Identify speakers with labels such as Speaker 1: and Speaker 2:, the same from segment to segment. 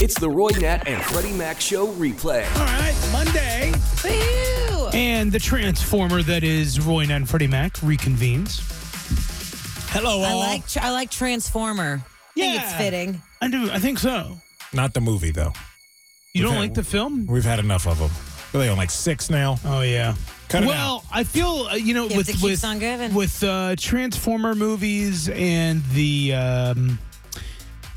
Speaker 1: It's the Roy Nat and Freddie Mac Show replay.
Speaker 2: All right, Monday. And the transformer that is Roy and Freddie Mac reconvenes. Hello, all.
Speaker 3: I like I like Transformer. I think it's
Speaker 2: Yeah.
Speaker 3: fitting.
Speaker 2: I do. I think so.
Speaker 4: Not the movie though.
Speaker 2: You don't
Speaker 4: Okay.
Speaker 2: like the film?
Speaker 4: We've had enough of them. Are they on like six now?
Speaker 2: Oh yeah.
Speaker 4: Cut it
Speaker 2: well, I feel uh, you know
Speaker 3: Gift
Speaker 2: with
Speaker 3: that keeps
Speaker 2: with
Speaker 3: on giving.
Speaker 2: with uh, Transformer movies and the um,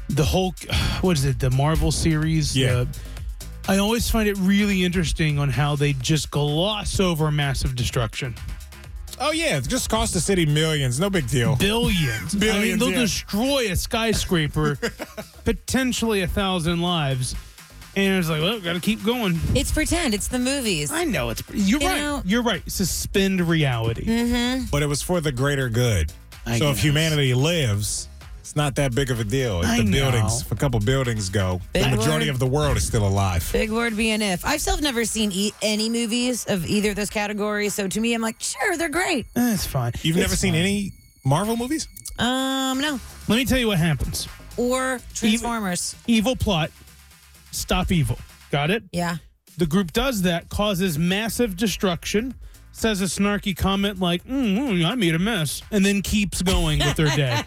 Speaker 2: the Hulk. What is it? The Marvel series.
Speaker 4: Yeah.
Speaker 2: uh, I always find it really interesting on how they just gloss over massive destruction.
Speaker 4: Oh yeah, it just cost the city millions. No big deal.
Speaker 2: billions. I mean,
Speaker 4: Billions,
Speaker 2: they'll
Speaker 4: yeah.
Speaker 2: destroy a skyscraper, potentially a thousand lives. And it's like, well, gotta keep going.
Speaker 3: It's pretend. It's the movies.
Speaker 2: I know it's. You're
Speaker 3: You
Speaker 2: right.
Speaker 3: know- Mm-hmm.
Speaker 2: you're right. Suspend reality.
Speaker 4: But it was for the greater good.
Speaker 2: I
Speaker 4: so
Speaker 2: guess.
Speaker 4: if humanity lives, it's not that big of a deal. If
Speaker 2: I
Speaker 4: the
Speaker 2: know.
Speaker 4: buildings, if a couple buildings go,
Speaker 3: Big
Speaker 4: the majority
Speaker 3: word.
Speaker 4: of the world is still alive.
Speaker 3: Big word being if. I've still never seen e- any movies of either of those categories, so to me, I'm like, sure, they're great.
Speaker 2: That's fine.
Speaker 4: You've
Speaker 2: It's
Speaker 4: never seen
Speaker 2: fine.
Speaker 4: any Marvel movies?
Speaker 3: Um, no.
Speaker 2: Let me tell you what happens.
Speaker 3: Or Transformers.
Speaker 2: Evil plot. Stop evil. Got it.
Speaker 3: Yeah.
Speaker 2: The group does that, causes massive destruction, says a snarky comment like, mm, mm, "I made a mess," and then keeps going with their day.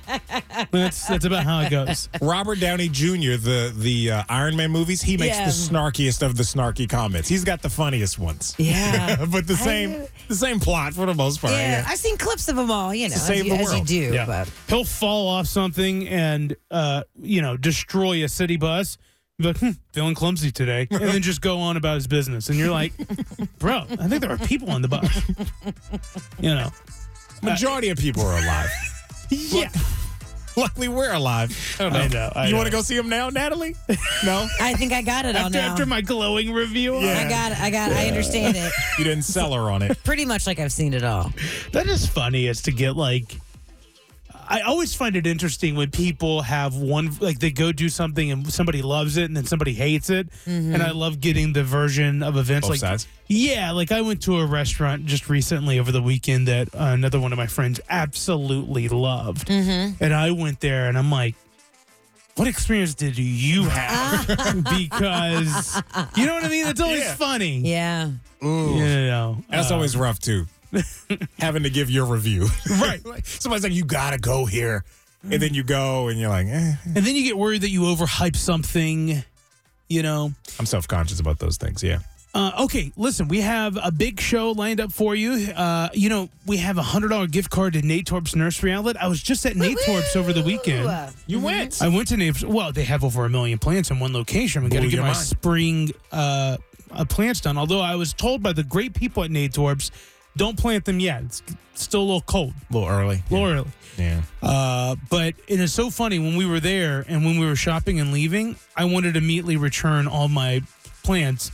Speaker 2: that's that's about how it goes.
Speaker 4: Robert Downey Jr., the the uh, Iron Man movies, he makes
Speaker 3: Yeah.
Speaker 4: the snarkiest of the snarky comments. He's got the funniest ones.
Speaker 3: Yeah.
Speaker 4: but the same the same plot for the most
Speaker 2: Oh,
Speaker 4: part. I
Speaker 3: yeah.
Speaker 4: guess.
Speaker 3: I've seen clips of them all, you know, as
Speaker 4: save
Speaker 3: you,
Speaker 4: the
Speaker 3: as you
Speaker 4: world.
Speaker 3: do.
Speaker 2: Yeah.
Speaker 3: But
Speaker 2: He'll fall off something and, uh, you know, destroy a city bus. Be like, hmm, feeling clumsy today. And then just go on about his business. And you're like, bro, I think there are people on the bus. You know.
Speaker 4: Majority of people are alive. yeah. Luckily, we're alive. I
Speaker 2: know. I know, I
Speaker 4: you want to
Speaker 2: know.
Speaker 4: go see him now, Natalie? No?
Speaker 3: I think I got it all
Speaker 2: After,
Speaker 3: now.
Speaker 2: after my glowing review,
Speaker 4: Yeah.
Speaker 3: Oh, I got it. I got it. I understand it.
Speaker 4: you didn't sell her on it.
Speaker 3: Pretty much like I've seen it all.
Speaker 2: that is funny as to get like. I always find it interesting when people have one, like they go do something and somebody loves it and then somebody hates it. And I love getting the version of events
Speaker 4: Both
Speaker 2: like
Speaker 4: sides.
Speaker 2: Yeah, like I went to a restaurant just recently over the weekend that uh, another one of my friends absolutely loved. Mm-hmm. And I went there and I'm like, what experience did you have? because, you know what I mean? It's always
Speaker 4: Yeah.
Speaker 2: funny.
Speaker 3: Yeah.
Speaker 2: You know,
Speaker 4: That's
Speaker 2: uh,
Speaker 4: always rough, too. Having to give your review.
Speaker 2: Right.
Speaker 4: Somebody's like, you got to go here. And then you go and you're like, eh.
Speaker 2: And then you get worried that you overhype something, you know?
Speaker 4: I'm self conscious about those things. Yeah.
Speaker 2: Uh, okay, listen, we have a big show lined up for you. Uh, you know, we have a $100 gift card to Nate Torp's Nursery Outlet. I was just at Nate Torp's over the weekend.
Speaker 4: You went.
Speaker 2: I went to Naples. Well, they have over a million plants in one location. We got to
Speaker 4: Blew
Speaker 2: get
Speaker 4: your
Speaker 2: my
Speaker 4: mind.
Speaker 2: spring uh, uh, plants done. Although I was told by the great people at Natorbs, don't plant them yet. It's still a little cold,
Speaker 4: A little early.
Speaker 2: a little early.
Speaker 4: Yeah.
Speaker 2: Uh, but it is so funny when we were there and when we were shopping and leaving, I wanted to immediately return all my plants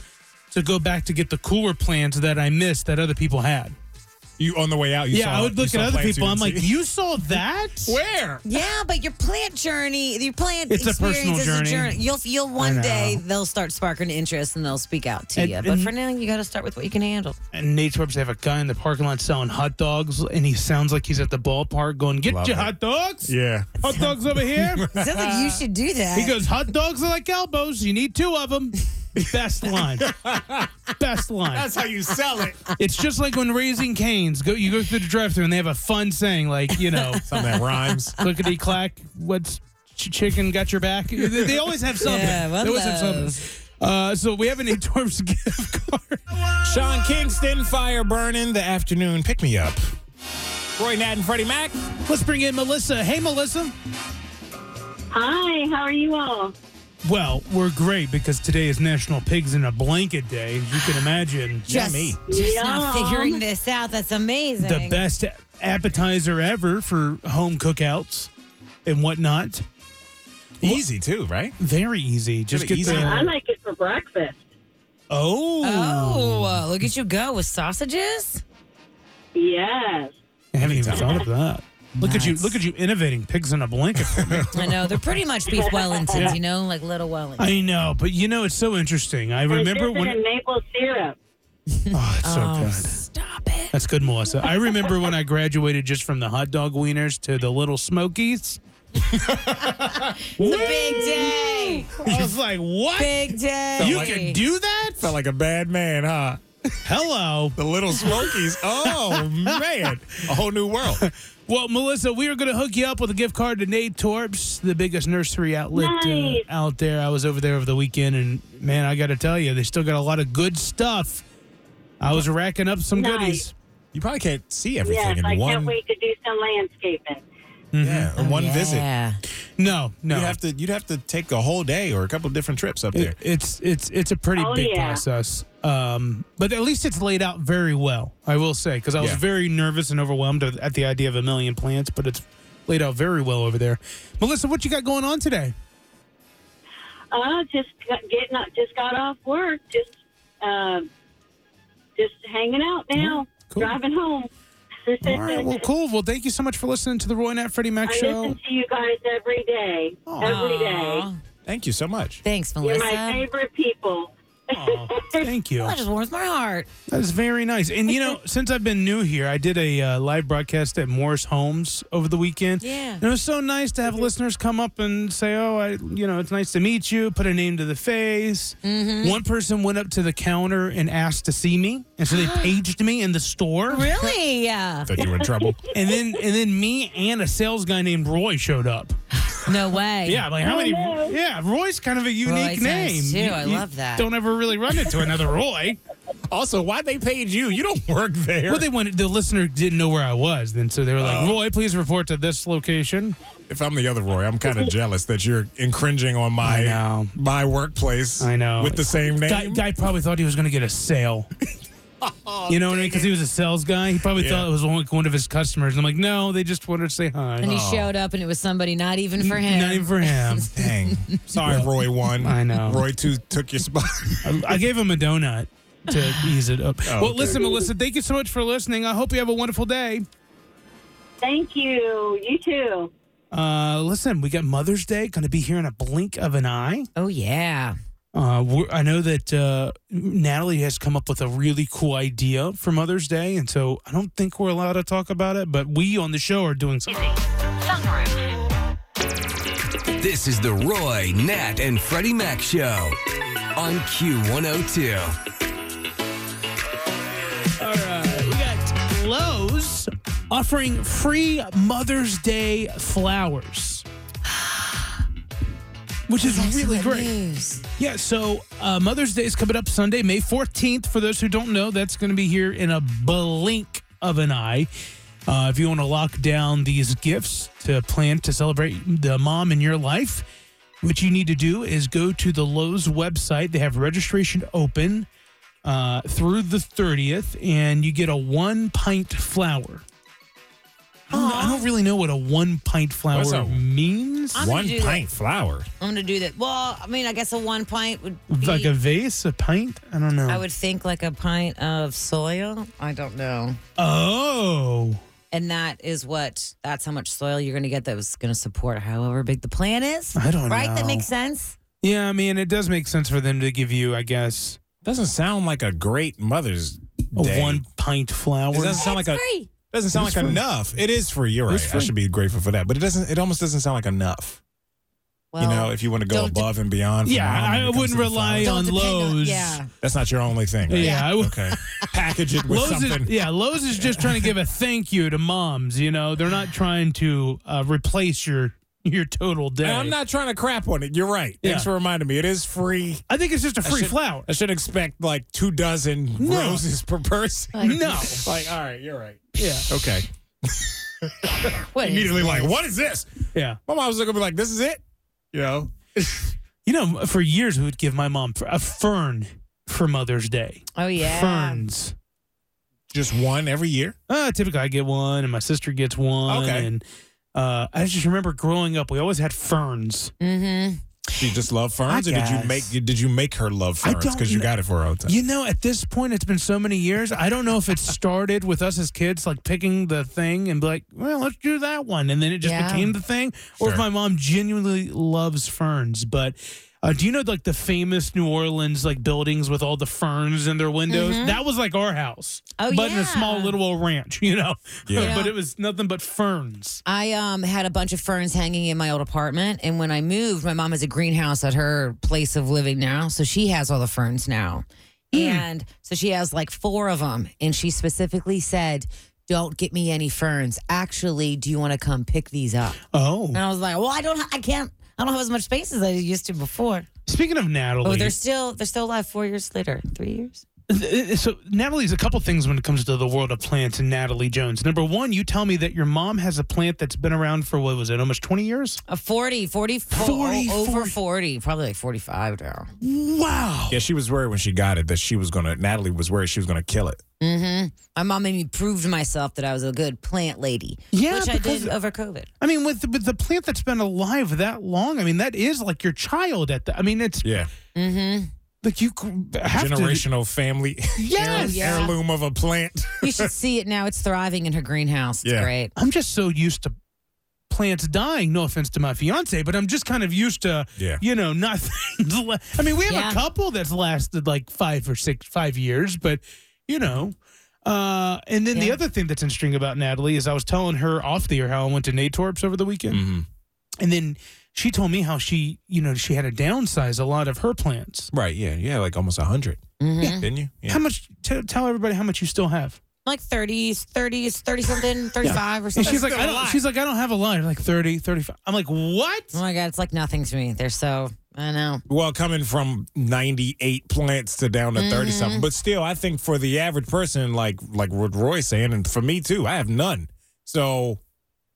Speaker 2: to go back to get the cooler plants that I missed that other people had.
Speaker 4: You on the way out, you
Speaker 2: yeah,
Speaker 4: saw
Speaker 2: I would
Speaker 4: you
Speaker 2: look
Speaker 4: saw
Speaker 2: at other
Speaker 4: plants you
Speaker 2: people. I'm
Speaker 4: didn't
Speaker 2: like,
Speaker 4: see.
Speaker 2: you saw that?
Speaker 4: where?
Speaker 3: Yeah, but your plant journey, your plant
Speaker 2: It's a
Speaker 3: experience
Speaker 2: personal
Speaker 3: is
Speaker 2: journey.
Speaker 3: a journey. You'll you'll one
Speaker 2: know.
Speaker 3: day they'll start sparking interest and they'll speak out to
Speaker 2: And-
Speaker 3: you. But
Speaker 2: and-
Speaker 3: for now, you got to start with what you can handle.
Speaker 2: and Nate Torps, they have a guy in the parking lot selling hot dogs, and he sounds like he's at the ballpark going, "Get
Speaker 4: Love
Speaker 2: your
Speaker 4: it.
Speaker 2: hot dogs,
Speaker 4: Yeah.
Speaker 2: hot dogs over here."
Speaker 3: Sounds like you should do that.
Speaker 2: he goes, "Hot dogs are like elbows. You need two of them." Best line, best line.
Speaker 4: That's how you sell it.
Speaker 2: It's just like when Raising Canes go. You go through the drive-through and they have a fun saying like, you know,
Speaker 4: Something that rhymes.
Speaker 2: clickety clack. What's ch- chicken got your back? They, they always have something.
Speaker 3: Yeah, one
Speaker 2: they always have
Speaker 3: love.
Speaker 2: something. Uh, so we have an Torps gift card.
Speaker 4: Sean Kingston, fire burning, the afternoon pick me up. Roy Nat and Freddie Mac.
Speaker 2: Let's bring in Melissa. Hey, Melissa.
Speaker 5: Hi, how are you all?
Speaker 2: Well, we're great because today is National Pigs in a Blanket Day, as you can imagine.
Speaker 3: just,
Speaker 4: Yummy.
Speaker 3: just now
Speaker 5: Yum.
Speaker 3: figuring this out. That's amazing.
Speaker 2: The best appetizer ever for home cookouts and whatnot.
Speaker 4: Easy too, right?
Speaker 2: Very easy. Just
Speaker 4: Pretty
Speaker 2: get
Speaker 4: easy.
Speaker 5: I
Speaker 2: the
Speaker 5: like it for breakfast.
Speaker 2: oh.
Speaker 3: Oh, uh, look at you go with sausages.
Speaker 5: Yes.
Speaker 2: I haven't even thought of that. Look at you!
Speaker 3: Nice.
Speaker 2: Look at you innovating pigs in a blanket. for me.
Speaker 3: I know they're pretty much beef Wellingtons,
Speaker 2: Yeah.
Speaker 3: you know, like little Wellingtons.
Speaker 2: I know, but you know it's so interesting. I remember
Speaker 5: and it's
Speaker 2: when.
Speaker 5: in maple syrup.
Speaker 2: Oh, it's so
Speaker 3: oh,
Speaker 2: good.
Speaker 3: stop it!
Speaker 2: That's good, Melissa. I remember when I graduated just from the hot dog wieners to the little smokies.
Speaker 3: The big day,
Speaker 2: I was like, what?
Speaker 3: big day.
Speaker 2: you can do that?
Speaker 4: Felt like a bad man, huh?
Speaker 2: Hello.
Speaker 4: The Little Smokies. oh man, a whole new world.
Speaker 2: Well, Melissa, we are going to hook you up with a gift card to Nate Torps, the biggest nursery outlet
Speaker 5: Nice.
Speaker 2: uh, out there. I was over there over the weekend, and man, I got to tell you, they still got a lot of good stuff. I was racking up some
Speaker 5: Nice.
Speaker 2: goodies.
Speaker 4: You probably can't see everything
Speaker 5: Yes,
Speaker 4: in
Speaker 5: I
Speaker 4: one.
Speaker 5: can't wait to do some landscaping.
Speaker 2: Mm-hmm.
Speaker 4: Yeah, in one visit.
Speaker 3: Yeah.
Speaker 2: No, no,
Speaker 4: You'd have to. You'd have to take a whole day or a couple different trips up there.
Speaker 2: It- it's it's it's a pretty
Speaker 5: Oh,
Speaker 2: big
Speaker 5: yeah.
Speaker 2: process. Um, but at least it's laid out very well. I will say because I was
Speaker 4: Yeah.
Speaker 2: very nervous and overwhelmed at at the idea of a million plants, but it's laid out very well over there. Melissa, what you got going on today?
Speaker 5: Oh, just got- getting up, just got off work, just uh, just hanging out now,
Speaker 2: cool.
Speaker 5: driving home.
Speaker 2: All right, well, cool. Well, thank you so much for listening to the Roy and Nat Freddie Mac
Speaker 5: I
Speaker 2: show.
Speaker 5: listen to you guys every day, every day.
Speaker 3: Aw.
Speaker 4: Thank you so much.
Speaker 3: Thanks,
Speaker 5: You're
Speaker 3: Melissa.
Speaker 5: my favorite people.
Speaker 2: Aw, thank you.
Speaker 3: That just warms my heart.
Speaker 2: That is very nice. And you know, since I've been new here, I did a uh, live broadcast at Morris Homes over the weekend.
Speaker 3: Yeah. Mm-hmm.
Speaker 2: And it was so nice to have listeners come up and say, "Oh, I, you know, it's nice to meet you." Put a name to the face.
Speaker 3: Mm-hmm.
Speaker 2: One person went up to the counter and asked to see me, and so they paged me in the store.
Speaker 3: Really? Yeah.
Speaker 4: Thought you were in trouble.
Speaker 2: And then, and then me and a sales guy named Roy showed up.
Speaker 3: No way.
Speaker 2: Yeah, like how many? Yeah, Roy's kind of a unique
Speaker 3: Oh, Roy's
Speaker 2: name.
Speaker 3: nice, too. I love that.
Speaker 2: Don't ever really run into another Roy.
Speaker 4: also, why they paid you? You don't work there.
Speaker 2: Well, they wanted the listener didn't know where I was, then so they were
Speaker 4: Oh.
Speaker 2: like, "Roy, please report to this location."
Speaker 4: if I'm the other Roy, I'm kind of jealous that you're encroaching on
Speaker 2: I
Speaker 4: my
Speaker 2: know.
Speaker 4: my workplace.
Speaker 2: I know
Speaker 4: with the same name.
Speaker 2: Guy, guy probably thought he was going to get a sale.
Speaker 3: Oh,
Speaker 2: you know what I mean? Because he was a sales guy, he probably
Speaker 4: Yeah.
Speaker 2: thought it was one, one of his customers. I'm like, no, they just wanted to say hi.
Speaker 3: And he
Speaker 4: Oh.
Speaker 3: showed up, and it was somebody not even for him.
Speaker 2: Not even for him.
Speaker 4: Dang. Sorry, Roy one.
Speaker 2: I know.
Speaker 4: Roy two took your spot.
Speaker 2: I, I gave him a donut to ease it up.
Speaker 4: Oh,
Speaker 2: well,
Speaker 4: okay.
Speaker 2: listen, Melissa, thank you so much for listening. I hope you have a wonderful day.
Speaker 5: Thank you. You too.
Speaker 2: Uh, listen, we got Mother's Day going to be here in a blink of an eye.
Speaker 3: Oh yeah.
Speaker 2: Uh, we're, I know that uh, Natalie has come up with a really cool idea for Mother's Day, and so I don't think we're allowed to talk about it, but we on the show are doing something.
Speaker 1: This is the Roy, Nat, and Freddie Mac Show on Q102.
Speaker 2: All right, we got Lowe's offering free Mother's Day flowers, which is really
Speaker 3: Excellent
Speaker 2: great.
Speaker 3: news.
Speaker 2: Yeah, so uh, Mother's Day is coming up Sunday, May 14th. For those who don't know, that's going to be here in a blink of an eye. Uh, if you want to lock down these gifts to plan to celebrate the mom in your life, what you need to do is go to the Lowe's website. They have registration open uh, through the 30th, and you get a one pint flower. I don't, I don't really know what a one pint flower
Speaker 4: What's a-
Speaker 2: means.
Speaker 3: I'm gonna
Speaker 4: One
Speaker 3: do that.
Speaker 4: pint flour.
Speaker 3: I'm gonna do that. Well, I mean, I guess a one pint would be.
Speaker 2: Like a vase, a pint? I don't know.
Speaker 3: I would think like a pint of soil. I don't know.
Speaker 2: oh.
Speaker 3: And that is what. That's how much soil you're gonna get. That was gonna support however big the plant is.
Speaker 2: I don't
Speaker 3: Right. That
Speaker 2: know.
Speaker 3: makes sense.
Speaker 2: Yeah, I mean, it does make sense for them to give you, I guess,
Speaker 4: Doesn't sound like a great Mother's
Speaker 2: a
Speaker 4: Day.
Speaker 2: one pint
Speaker 4: It
Speaker 2: flower.
Speaker 4: doesn't sound like a.
Speaker 3: Free.
Speaker 4: Doesn't sound
Speaker 2: It's
Speaker 4: like
Speaker 2: free.
Speaker 4: enough. It is free. You're right.
Speaker 2: It's
Speaker 4: I
Speaker 2: free.
Speaker 4: should be grateful for that. But it doesn't. It almost doesn't sound like enough.
Speaker 3: Well,
Speaker 4: you know, if you want to go
Speaker 3: don't de-
Speaker 4: above and beyond. for
Speaker 2: Yeah,
Speaker 4: mom when
Speaker 2: I
Speaker 4: it comes
Speaker 2: wouldn't
Speaker 4: to the
Speaker 2: rely
Speaker 4: flowers.
Speaker 2: on
Speaker 3: Don't depend on-
Speaker 2: Lowe's.
Speaker 3: yeah.
Speaker 4: That's not your only thing.
Speaker 2: Yeah,
Speaker 4: right?
Speaker 2: I would.
Speaker 4: Okay. Package it with
Speaker 2: Lowe's
Speaker 4: something.
Speaker 2: is, yeah, Lowe's is just trying to give a thank you to moms. You know, they're not trying to uh, replace your your total day.
Speaker 4: And I'm not trying to crap on it. You're right.
Speaker 2: Yeah.
Speaker 4: Thanks for reminding me. It is free.
Speaker 2: I think it's just a free
Speaker 4: should-
Speaker 2: flower.
Speaker 4: I should expect like two dozen
Speaker 2: No.
Speaker 4: roses per person.
Speaker 2: No,
Speaker 4: like, all right, you're right.
Speaker 2: yeah,
Speaker 4: Okay.
Speaker 3: what is-
Speaker 4: Immediately like, what is this?
Speaker 2: yeah.
Speaker 4: My mom was gonna be like, this is it? You know?
Speaker 2: You know, for years we would give my mom a fern for Mother's Day.
Speaker 3: Oh yeah.
Speaker 2: Ferns.
Speaker 4: Just one every year.
Speaker 2: Uh, typically, I get one, and my sister gets one.
Speaker 4: Okay.
Speaker 2: And Uh, I just remember growing up, we always had ferns.
Speaker 3: Mm-hmm.
Speaker 4: She just loved ferns,
Speaker 2: I
Speaker 4: or did you
Speaker 2: guess.
Speaker 4: make did you make her love
Speaker 2: I
Speaker 4: ferns
Speaker 2: don't
Speaker 4: because you
Speaker 2: kn-
Speaker 4: got it for her all the time?
Speaker 2: You know, at this point, it's been so many years. I don't know if it started with us as kids, like picking the thing and be like, well, let's do that one. And then it just
Speaker 3: Yeah.
Speaker 2: became the thing. Or if
Speaker 4: Sure.
Speaker 2: my mom genuinely loves ferns. But uh, do you know, like, the famous New Orleans, like, buildings with all the ferns in their windows? That was like our house.
Speaker 3: Mm-hmm. Oh,
Speaker 2: But in a small
Speaker 3: yeah.
Speaker 2: little old ranch, you know?
Speaker 4: Yeah.
Speaker 2: but it was nothing but ferns.
Speaker 3: I um, had a bunch of ferns hanging in my old apartment, and when I moved, my mom has a greenhouse at her place of living now, so she has all the ferns now, and so she has like four of them, and she specifically said. Don't get me any ferns. Actually, do you want to come pick these up?
Speaker 2: Oh.
Speaker 3: And I was like, well, I don't, ha- I can't, I don't have as much space as I used to before.
Speaker 2: Speaking of Natalie.
Speaker 3: Oh, they're still, they're still alive four years later, three years.
Speaker 2: Th- So Natalie's a couple things when it comes to the world of plants and Natalie Jones. Number one, you tell me that your mom has a plant that's been around for what was it, almost twenty years?
Speaker 3: Uh, 40, 44,
Speaker 2: 40,
Speaker 3: over 40.
Speaker 2: 40.
Speaker 3: probably like 45 now.
Speaker 2: Wow.
Speaker 4: Yeah, she was worried when she got it that she was gonna. Natalie was worried she was gonna kill it.
Speaker 3: Mm-hmm. My mom made me prove to myself that I was a good plant lady.
Speaker 2: Yeah,
Speaker 3: which I
Speaker 2: because-
Speaker 3: did over COVID.
Speaker 2: I mean, with with the plant that's been alive that long, I mean that is like your child at the. I mean, it's
Speaker 4: Yeah,
Speaker 3: Mm-hmm.
Speaker 2: like you c- have to.
Speaker 4: generational family
Speaker 2: Yes.
Speaker 4: heir- heirloom of a plant.
Speaker 3: You should see it now. It's thriving in her greenhouse. It's
Speaker 4: Yeah.
Speaker 3: great.
Speaker 2: I'm just so used to plants dying. No offense to my fiance, but I'm just kind of used to
Speaker 4: Yeah.
Speaker 2: you know nothing. la- I mean, we have
Speaker 3: Yeah.
Speaker 2: a couple that's lasted like five or six five years, but you know. Uh, and then the
Speaker 3: Yeah.
Speaker 2: other thing that's interesting about Natalie is I was telling her off the air how I went to Natorps over the weekend,
Speaker 4: Mm-hmm.
Speaker 2: and then she told me how she you know she had to downsize a lot of her plants.
Speaker 4: Right. Yeah. Yeah. Like almost a hundred.
Speaker 3: Mm-hmm.
Speaker 4: Didn't you? Yeah.
Speaker 2: How much? T- tell everybody how much you still have.
Speaker 3: Like 30s, 30s, 30 something, 35 or
Speaker 2: And
Speaker 3: something.
Speaker 2: she's like, I don't. She's like, I don't have a lot. I'm like 30, 35. I'm like, what?
Speaker 3: oh my God, it's like nothing to me. They're so, I know.
Speaker 4: Well, coming from 98 plants to down to 30 something. But still, I think for the average person, like like what Roy's saying, and for me too, I have none. So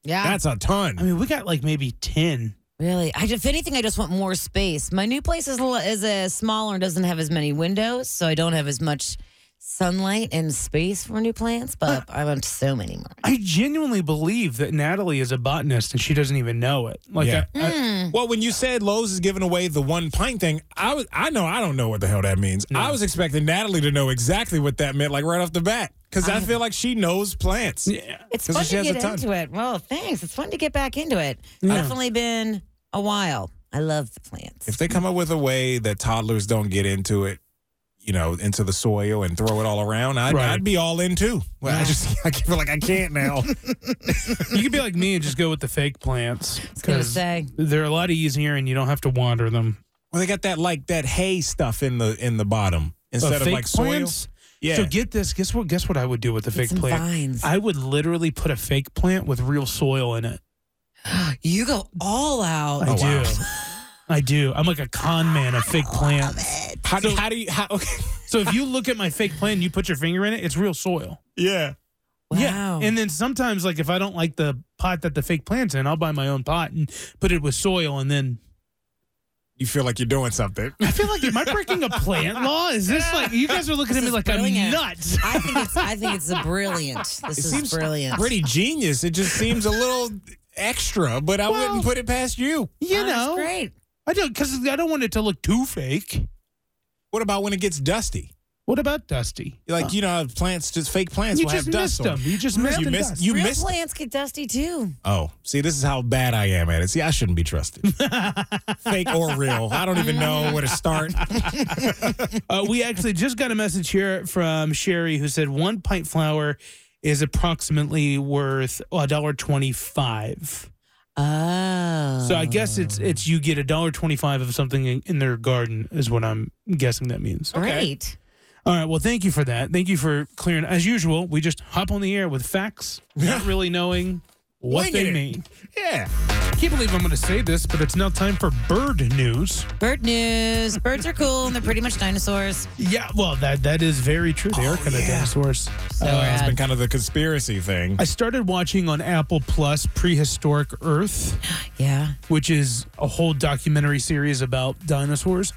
Speaker 3: Yeah.
Speaker 4: that's a
Speaker 2: I
Speaker 4: ton.
Speaker 2: mean, we got like maybe ten.
Speaker 3: Really, I, if anything, I just want more space. My new place is a li- is a smaller and doesn't have as many windows, so I don't have as much sunlight and space for new plants. But I want so many more.
Speaker 2: I genuinely believe that Natalie is a botanist and she doesn't even know it. Like,
Speaker 4: Yeah.
Speaker 2: I, I-
Speaker 4: Well, when you said Lowe's is giving away the one pint thing, I was I know I don't know what the hell that means. I was expecting Natalie to know exactly what that meant, like right off the bat. Because I, feel like she knows plants.
Speaker 2: yeah.
Speaker 3: It's
Speaker 4: 'Cause
Speaker 3: fun
Speaker 4: she
Speaker 3: to
Speaker 4: has a
Speaker 3: get
Speaker 4: ton.
Speaker 3: into it. Well, thanks. It's fun to get back into it. Definitely been a while. I love the plants.
Speaker 4: If they come up with a way that toddlers don't get into it, you know, into the soil and throw it all around, I'd,
Speaker 2: Right.
Speaker 4: I'd be all in too. Well, I just I feel like I can't now.
Speaker 2: you could be like me and just go with the fake plants
Speaker 3: was gonna say.
Speaker 2: they're a lot easier and you don't have to wander them.
Speaker 4: Well, they got that like that hay stuff in the in the bottom
Speaker 2: But
Speaker 4: instead of
Speaker 2: Uh, fake
Speaker 4: like soil. Yeah.
Speaker 2: So get this. Guess what? Guess what I would do with a
Speaker 3: Get
Speaker 2: fake
Speaker 3: some
Speaker 2: plant?
Speaker 3: vines.
Speaker 2: I would literally put a fake plant with real soil in it.
Speaker 3: you go all out.
Speaker 4: Oh,
Speaker 2: I do. I do. I'm like a con man of fake plants.
Speaker 4: how, do how do you? How, okay.
Speaker 2: So if you look at my fake plant and you put your finger in it, it's real soil.
Speaker 4: Yeah.
Speaker 3: Wow.
Speaker 2: Yeah. And then sometimes, like, if I don't like the pot that the fake plant's in, I'll buy my own pot and put it with soil. And then
Speaker 4: You feel like you're doing something.
Speaker 2: I feel like, am I breaking a plant law? Is this Oh, like, you guys are looking at me
Speaker 3: is
Speaker 2: like
Speaker 3: brilliant.
Speaker 2: I'm nuts.
Speaker 3: I think it's I think it's a brilliant. This is
Speaker 4: seems
Speaker 3: brilliant.
Speaker 4: Pretty genius. It just seems a little extra, but I wouldn't put it past you.
Speaker 2: You
Speaker 3: Oh, that's
Speaker 2: know,
Speaker 3: great.
Speaker 2: I don't, because I don't want it to look too fake.
Speaker 4: What about when it gets dusty?
Speaker 2: What about Dusty?
Speaker 4: Like you know, how plants just fake
Speaker 2: Oh.
Speaker 4: plants
Speaker 2: you
Speaker 4: will
Speaker 2: just
Speaker 4: have dust
Speaker 2: missed
Speaker 4: on.
Speaker 2: them. You just missed
Speaker 4: You
Speaker 2: the
Speaker 4: missed-
Speaker 2: dust.
Speaker 4: you
Speaker 3: Real
Speaker 4: missed-
Speaker 3: plants get dusty too.
Speaker 4: Oh, see, this is how bad I am at it. See, I shouldn't be trusted, fake or real. I don't even know where to start.
Speaker 2: Uh, we actually just got a message here from Sherry who said one pint flour is approximately worth a dollar twenty-five.
Speaker 3: Oh.
Speaker 2: So I guess it's it's you get a dollar twenty-five of something in, in their garden is what I'm guessing that means.
Speaker 3: great.
Speaker 2: All right. Well, thank you for that. Thank you for clearing. As usual, we just hop on the air with facts, not really knowing what
Speaker 4: Wing
Speaker 2: they
Speaker 4: it.
Speaker 2: mean.
Speaker 4: Yeah.
Speaker 2: I can't believe I'm going to say this, but it's now time for bird news.
Speaker 3: Bird news. Birds are cool and they're pretty much dinosaurs.
Speaker 2: Yeah, well, that that is very true. They are
Speaker 4: Oh,
Speaker 2: kind of
Speaker 4: yeah.
Speaker 2: dinosaurs.
Speaker 3: So
Speaker 4: Uh, It's been
Speaker 3: rad.
Speaker 4: kind of the conspiracy thing.
Speaker 2: I started watching on Apple Plus Prehistoric Earth,
Speaker 3: yeah.
Speaker 2: which is a whole documentary series about dinosaurs.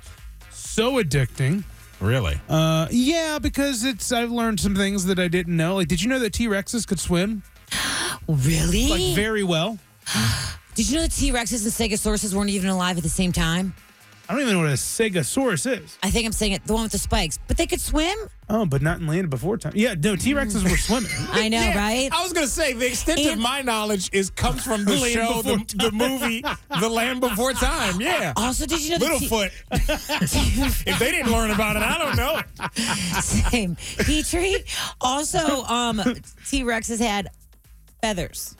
Speaker 2: So addicting.
Speaker 4: Really?
Speaker 2: Uh, yeah, because it's I've learned some things that I didn't know. Like, did you know that T Rexes could swim
Speaker 3: Really?
Speaker 2: like very well?
Speaker 3: Did you know the T Rexes and Stegosauruses weren't even alive at the same time?
Speaker 2: I don't even know what a Stegosaurus is.
Speaker 3: I think I'm saying it, the one with the spikes, but they could swim.
Speaker 2: Oh, but not in land before time. Yeah, no, T Rexes were swimming.
Speaker 3: I know, right?
Speaker 4: I was gonna say the extent of
Speaker 3: And-
Speaker 4: my knowledge is comes from the
Speaker 2: Land
Speaker 4: show, the,
Speaker 2: Before
Speaker 4: the movie, The Land Before Time. Yeah,
Speaker 3: Also, did you know the T-
Speaker 4: Littlefoot. if they didn't learn about it, I don't know.
Speaker 3: Same. Petrie. Also, um, T Rexes had feathers.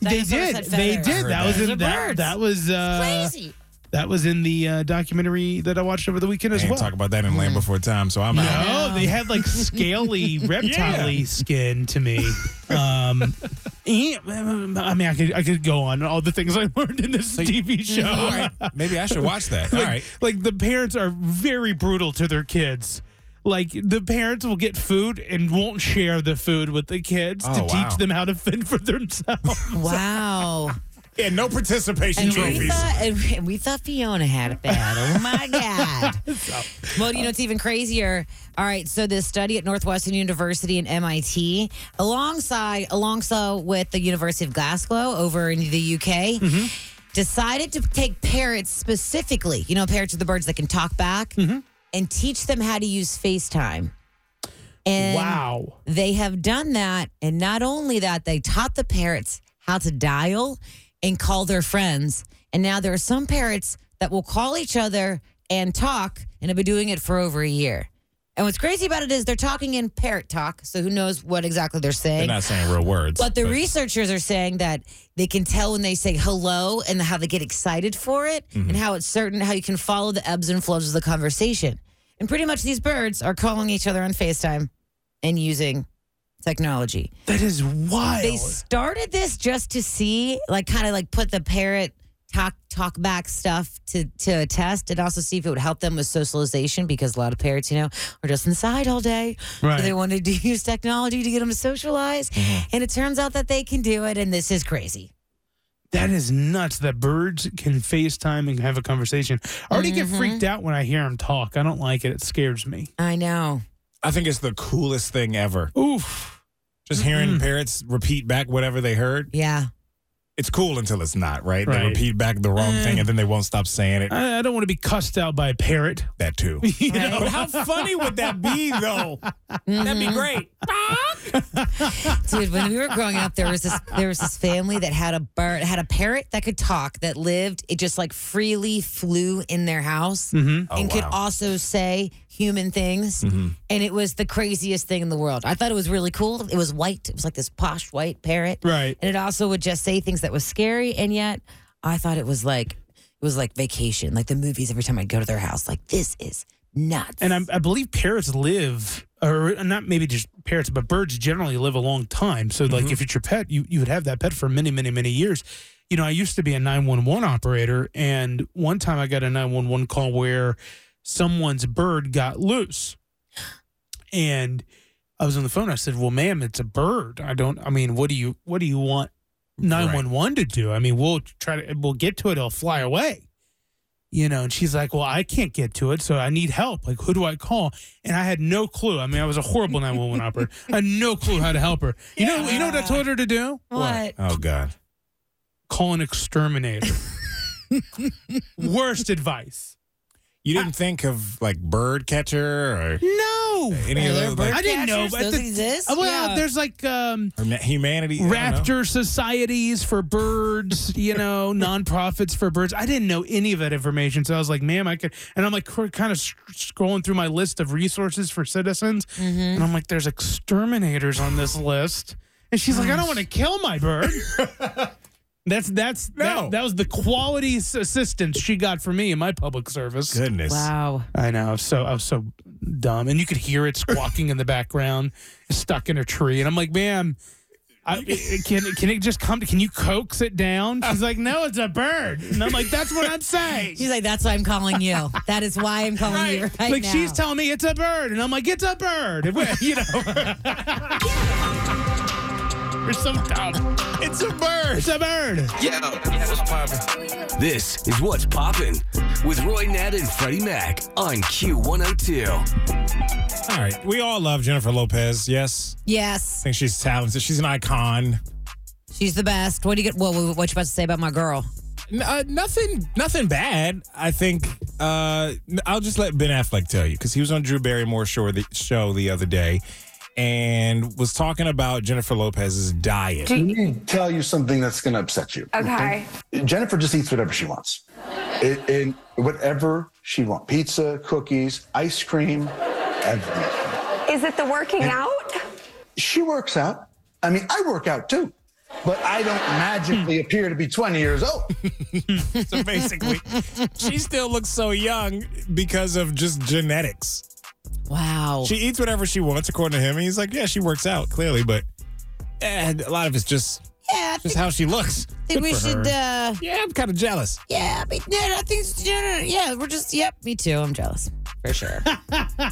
Speaker 2: they
Speaker 3: Dinosaurs
Speaker 2: did.
Speaker 3: had
Speaker 2: They
Speaker 3: feathers.
Speaker 2: did. That was
Speaker 3: Those are
Speaker 2: in that.
Speaker 3: birds.
Speaker 2: That was uh,
Speaker 3: Crazy.
Speaker 2: that was in the uh, documentary that I watched over the weekend as
Speaker 4: Can't
Speaker 2: well.
Speaker 4: talk about that in Land Before Time, so I'm out.
Speaker 2: No, they had like scaly, reptile skin to me. Um, yeah, I mean, I could I could go on all the things I learned in this TV show.
Speaker 4: All right, maybe I should watch that. All
Speaker 2: Like,
Speaker 4: right.
Speaker 2: like the parents are very brutal to their kids. Like the parents will get food and won't share the food with the kids to
Speaker 4: Oh, wow.
Speaker 2: teach them how to fend for themselves.
Speaker 3: Wow.
Speaker 4: Yeah, no participation
Speaker 3: And we,
Speaker 4: trophies.
Speaker 3: thought, and we- and we thought Fiona had it bad. Oh my God. well, you know, it's even crazier. All right, so this study at Northwestern University and MIT, alongside alongside with the University of Glasgow over in the UK, decided to take parrots specifically, you know, parrots are the birds that can talk back, and teach them how to use FaceTime. And
Speaker 2: wow.
Speaker 3: they have done that. And not only that, they taught the parrots how to dial and call their friends. And now there are some parrots that will call each other and talk and have been doing it for over a year. And what's crazy about it is they're talking in parrot talk. So who knows what exactly they're
Speaker 4: They're
Speaker 3: saying.
Speaker 4: not saying real words.
Speaker 3: but the researchers are saying that they can tell when they say hello and how they get excited for it and how it's certain how you can follow the ebbs and flows of the conversation. And pretty much these birds are calling each other on FaceTime and using technology.
Speaker 2: That is wild.
Speaker 3: They started this just to see, like, kind of like put the parrot talk talk back stuff to to a test and also see if it would help them with socialization because a lot of parrots, you know, are just inside all day.
Speaker 2: Right. Mm-hmm.
Speaker 3: So they wanted to use technology to get them to socialize, and it turns out that they can do it. And this is crazy.
Speaker 2: That is nuts that birds can FaceTime and have a conversation. I already
Speaker 3: Mm-hmm.
Speaker 2: get freaked out when I hear them talk. I don't like it. It scares me.
Speaker 3: I know.
Speaker 4: I think it's the coolest thing ever.
Speaker 2: Oof.
Speaker 4: Just hearing parrots repeat back whatever they heard.
Speaker 3: Yeah.
Speaker 4: It's cool until it's not, right?
Speaker 2: Right.
Speaker 4: They repeat back the wrong thing and then they won't stop saying it.
Speaker 2: I, I don't want to be cussed out by a parrot.
Speaker 4: That too.
Speaker 2: You
Speaker 3: Right.
Speaker 2: know? Mm-hmm.
Speaker 4: But how funny would that be, though? That'd be great.
Speaker 3: Dude, when we were growing up, there was this there was this family that had a bird had a parrot that could talk that lived it just like freely flew in their house
Speaker 2: Oh,
Speaker 3: and could
Speaker 4: wow.
Speaker 3: also say human things.
Speaker 2: Mm-hmm.
Speaker 3: And it was the craziest thing in the world. I thought it was really cool. It was white. It was like this posh white parrot.
Speaker 2: Right.
Speaker 3: And it also would just say things that was scary and yet I thought it was like it was like vacation, like the movies every time I go to their house. Like this is nuts.
Speaker 2: And I, I believe parrots live, or not maybe just parrots, but birds generally live a long time. So, like, if it's your pet, you, you would have that pet for many, many, many years. You know, I used to be a 911 operator, and one time I got a 911 call where someone's bird got loose. And I was on the phone. I said, "Well, ma'am, it's a bird. I don't. I mean, what do you what do you want 911 to do? I mean, we'll try to we'll get to it. It'll fly away." you know and she's like well i can't get to it so i need help like who do i call and i had no clue i mean i was a horrible 911 operator i had no clue how to help her you know you know what i told her to do
Speaker 3: what?
Speaker 4: Oh, God.
Speaker 2: call an exterminator worst advice
Speaker 4: You didn't think of like bird catcher or
Speaker 2: no
Speaker 4: any of
Speaker 3: Are there
Speaker 4: those like,
Speaker 2: i didn't know
Speaker 3: Catchers,
Speaker 2: but
Speaker 3: those
Speaker 2: the-
Speaker 3: exist?
Speaker 2: well
Speaker 3: Yeah.
Speaker 2: there's like um
Speaker 4: or na- humanity? I don't know.
Speaker 2: raptor societies for birds, you know, nonprofits for birds. I didn't know any of that information. So I was like, ma'am, I could. And I'm like, cr- kind of sc- scrolling through my list of resources for citizens.
Speaker 4: Mm-hmm.
Speaker 2: And I'm like, there's exterminators on this list. And she's like, I don't want to kill my bird. That's that's
Speaker 4: No.
Speaker 2: that, that was the quality s- assistance she got for me in my public service.
Speaker 4: Goodness.
Speaker 3: Wow.
Speaker 2: I know. I was so I was so dumb, and you could hear it squawking in the background, stuck in a tree. And I'm like, ma'am, I, it- can can it just come? Can you coax it down? She's like, no, it's a bird. And I'm like, that's what I'm saying.
Speaker 3: She's like, that's why I'm calling you. That is why I'm calling you right
Speaker 2: like
Speaker 3: now.
Speaker 2: she's telling me it's a bird, and I'm like, it's a bird. And we're- you know, we're so dumb.
Speaker 4: It's a bird.
Speaker 2: It's a bird.
Speaker 1: This is What's Poppin' with Roy Nat and Freddie Mac on Q102.
Speaker 4: All right. We all love Jennifer Lopez. Yes. I
Speaker 3: yes,
Speaker 4: think she's talented. She's an icon.
Speaker 3: She's the best. What do you get? What, what, what you about to say about my girl?
Speaker 4: N- uh, nothing, nothing bad. I think uh, n- I'll just let Ben Affleck tell you because he was on Drew Barrymore show the, show the other day and was talking about Jennifer Lopez's diet.
Speaker 6: Let me tell you something that's going to upset you.
Speaker 7: Okay.
Speaker 6: Jennifer just eats whatever she wants. It, and whatever she wants pizza, cookies, ice cream, everything.
Speaker 7: Is it the working out?
Speaker 6: She works out. I mean, I work out too, but I don't magically appear to be 20 years old.
Speaker 4: So basically, she still looks so young because of just genetics.
Speaker 3: Wow.
Speaker 4: She eats whatever she wants, according to him. And he's like, yeah, she works out clearly, but eh, a lot of it's just
Speaker 3: yeah, I
Speaker 4: just how she looks.
Speaker 3: think
Speaker 4: Good
Speaker 3: we
Speaker 4: for
Speaker 3: should.
Speaker 4: her.
Speaker 3: uh
Speaker 4: yeah, I'm kind of jealous.
Speaker 3: Yeah, I mean, yeah, I think, yeah, yeah, we're just, yep, me too. I'm jealous for sure.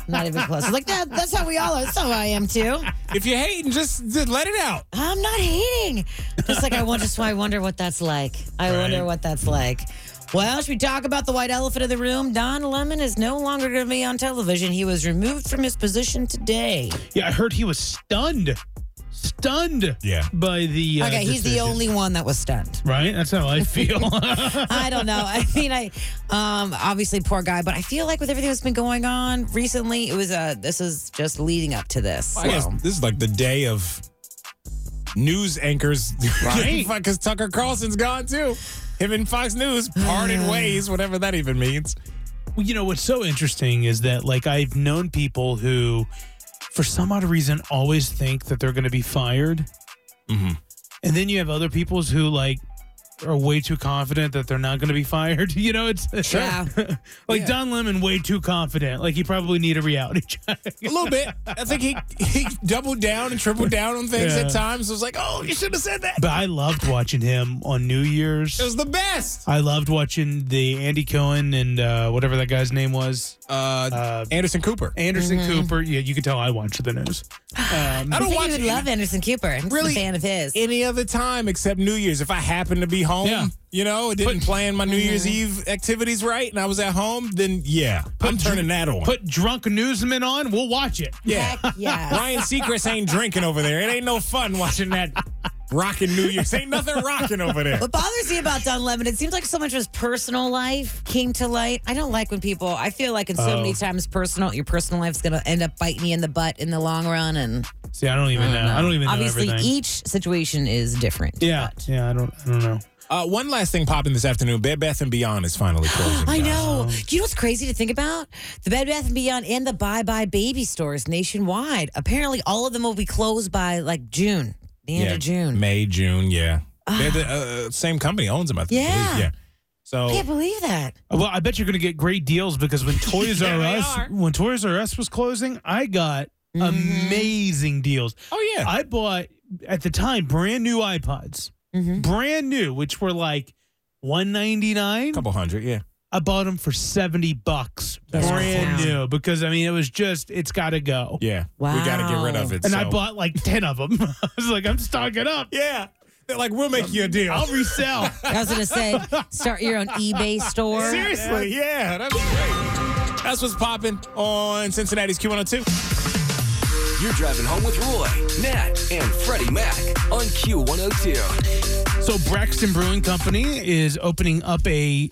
Speaker 3: Not even close. I'm like that. That's how we all are. That's how I am too.
Speaker 4: If you're hating, just, just let it out.
Speaker 3: I'm not hating. Just like I wonder, just why I wonder what that's like. I
Speaker 4: Right.
Speaker 3: wonder what that's like. Well, should we talk about the white elephant of the room? Don Lemon is no longer going to be on television. He was removed from his position today.
Speaker 2: Yeah, I heard he was stunned, stunned.
Speaker 4: Yeah.
Speaker 2: by the. Uh,
Speaker 3: okay, he's the
Speaker 2: decision.
Speaker 3: only one that was stunned.
Speaker 2: Right, that's how I feel.
Speaker 3: I don't know. I mean, I um, obviously poor guy, but I feel like with everything that's been going on recently, it was uh, this is just leading up to this.
Speaker 4: I guess
Speaker 3: So-
Speaker 4: this is like the day of news anchors,
Speaker 2: Right.
Speaker 4: Because Tucker Carlson's gone too. Him and Fox News parted ways, whatever that even means.
Speaker 2: Well, you know what's so interesting is that like I've known people who, for some odd reason, always think that they're going to be fired, Mm-hmm.
Speaker 4: Mhm.
Speaker 2: and then you have other people's who like are way too confident that they're not going to be fired. You know, it's
Speaker 3: Yeah.
Speaker 2: like Don Lemon way too confident. Like he probably need a reality check.
Speaker 4: A little bit. I think he he doubled down and tripled down on things
Speaker 2: Yeah.
Speaker 4: at times. It was like, oh, you should have said that.
Speaker 2: but I loved watching him on New Year's.
Speaker 4: It was the best.
Speaker 2: I loved watching the Andy Cohen and uh, whatever that guy's name was,
Speaker 4: Uh, Anderson Cooper.
Speaker 2: Anderson
Speaker 3: Mm-hmm.
Speaker 2: Cooper. Yeah, you can tell I watch the news. Um,
Speaker 4: I
Speaker 3: I
Speaker 4: don't
Speaker 3: think
Speaker 4: watch
Speaker 3: you would love Anderson Cooper. I'm just
Speaker 4: Really?
Speaker 3: a fan of his.
Speaker 4: any other time except New Year's. If I happened to be home,
Speaker 2: Yeah. Mm-hmm.
Speaker 4: you know, it didn't plan my New Year's Eve activities right, and I was at home, then yeah, I'm turning that on.
Speaker 2: Put drunk newsman on. We'll watch it.
Speaker 4: yeah.
Speaker 3: Heck yeah.
Speaker 4: Ryan Seacrest ain't drinking over there. It ain't no fun watching that rocking New Year's. Ain't nothing rocking over there.
Speaker 3: What bothers me about Don Lemon, it seems like so much of his personal life came to light. I don't like when people. I feel like in so
Speaker 2: Oh.
Speaker 3: many times, personal your personal life's going to end up biting you in the butt in the long run. And
Speaker 2: See, I don't even know. I don't even know
Speaker 3: obviously,
Speaker 2: everything.
Speaker 3: each situation is different.
Speaker 2: yeah,
Speaker 3: but-
Speaker 2: yeah. I don't. I don't know.
Speaker 4: Uh, one last thing popping this afternoon. Bed Bath and Beyond is finally closing.
Speaker 3: I
Speaker 4: guys.
Speaker 3: know. Do you know what's crazy to think about? The Bed Bath and Beyond and the Bye Bye Baby stores nationwide. Apparently, all of them will be closed by like June, the end
Speaker 4: Yeah,
Speaker 3: of June.
Speaker 4: May, June, yeah. They're the uh, same company owns them, I think.
Speaker 3: Ah. Yeah.
Speaker 4: believe, yeah.
Speaker 3: I
Speaker 4: So
Speaker 3: can't believe that.
Speaker 2: Well, I bet you're going to get great deals because when Toys
Speaker 4: Yeah,
Speaker 2: R
Speaker 4: they
Speaker 2: Us
Speaker 4: are. Mm-hmm.
Speaker 2: when Toys R Us was closing, I got amazing deals.
Speaker 4: Oh yeah.
Speaker 2: I bought at the time brand new iPods,
Speaker 4: Mm-hmm.
Speaker 3: Mhm.
Speaker 2: brand new, which were like 199.
Speaker 4: a couple hundred, yeah.
Speaker 2: I bought them for 70 bucks,
Speaker 4: That's
Speaker 2: brand
Speaker 3: awesome.
Speaker 2: new, because I mean it was just it's got to go.
Speaker 4: Yeah. We got to get rid of
Speaker 3: Wow.
Speaker 4: it.
Speaker 2: And I
Speaker 4: so-
Speaker 2: bought like 10 of them. I was like, I'm stocking up.
Speaker 4: Yeah. They're like, we'll make you a deal.
Speaker 2: I'll resell.
Speaker 3: I was going to say, start your own eBay store.
Speaker 4: Seriously, yeah. That's great. That's what's popping on Cincinnati's Q102.
Speaker 1: You're driving home with Roy, Nat, and Freddie Mac on Q102.
Speaker 2: So Braxton Brewing Company is opening up a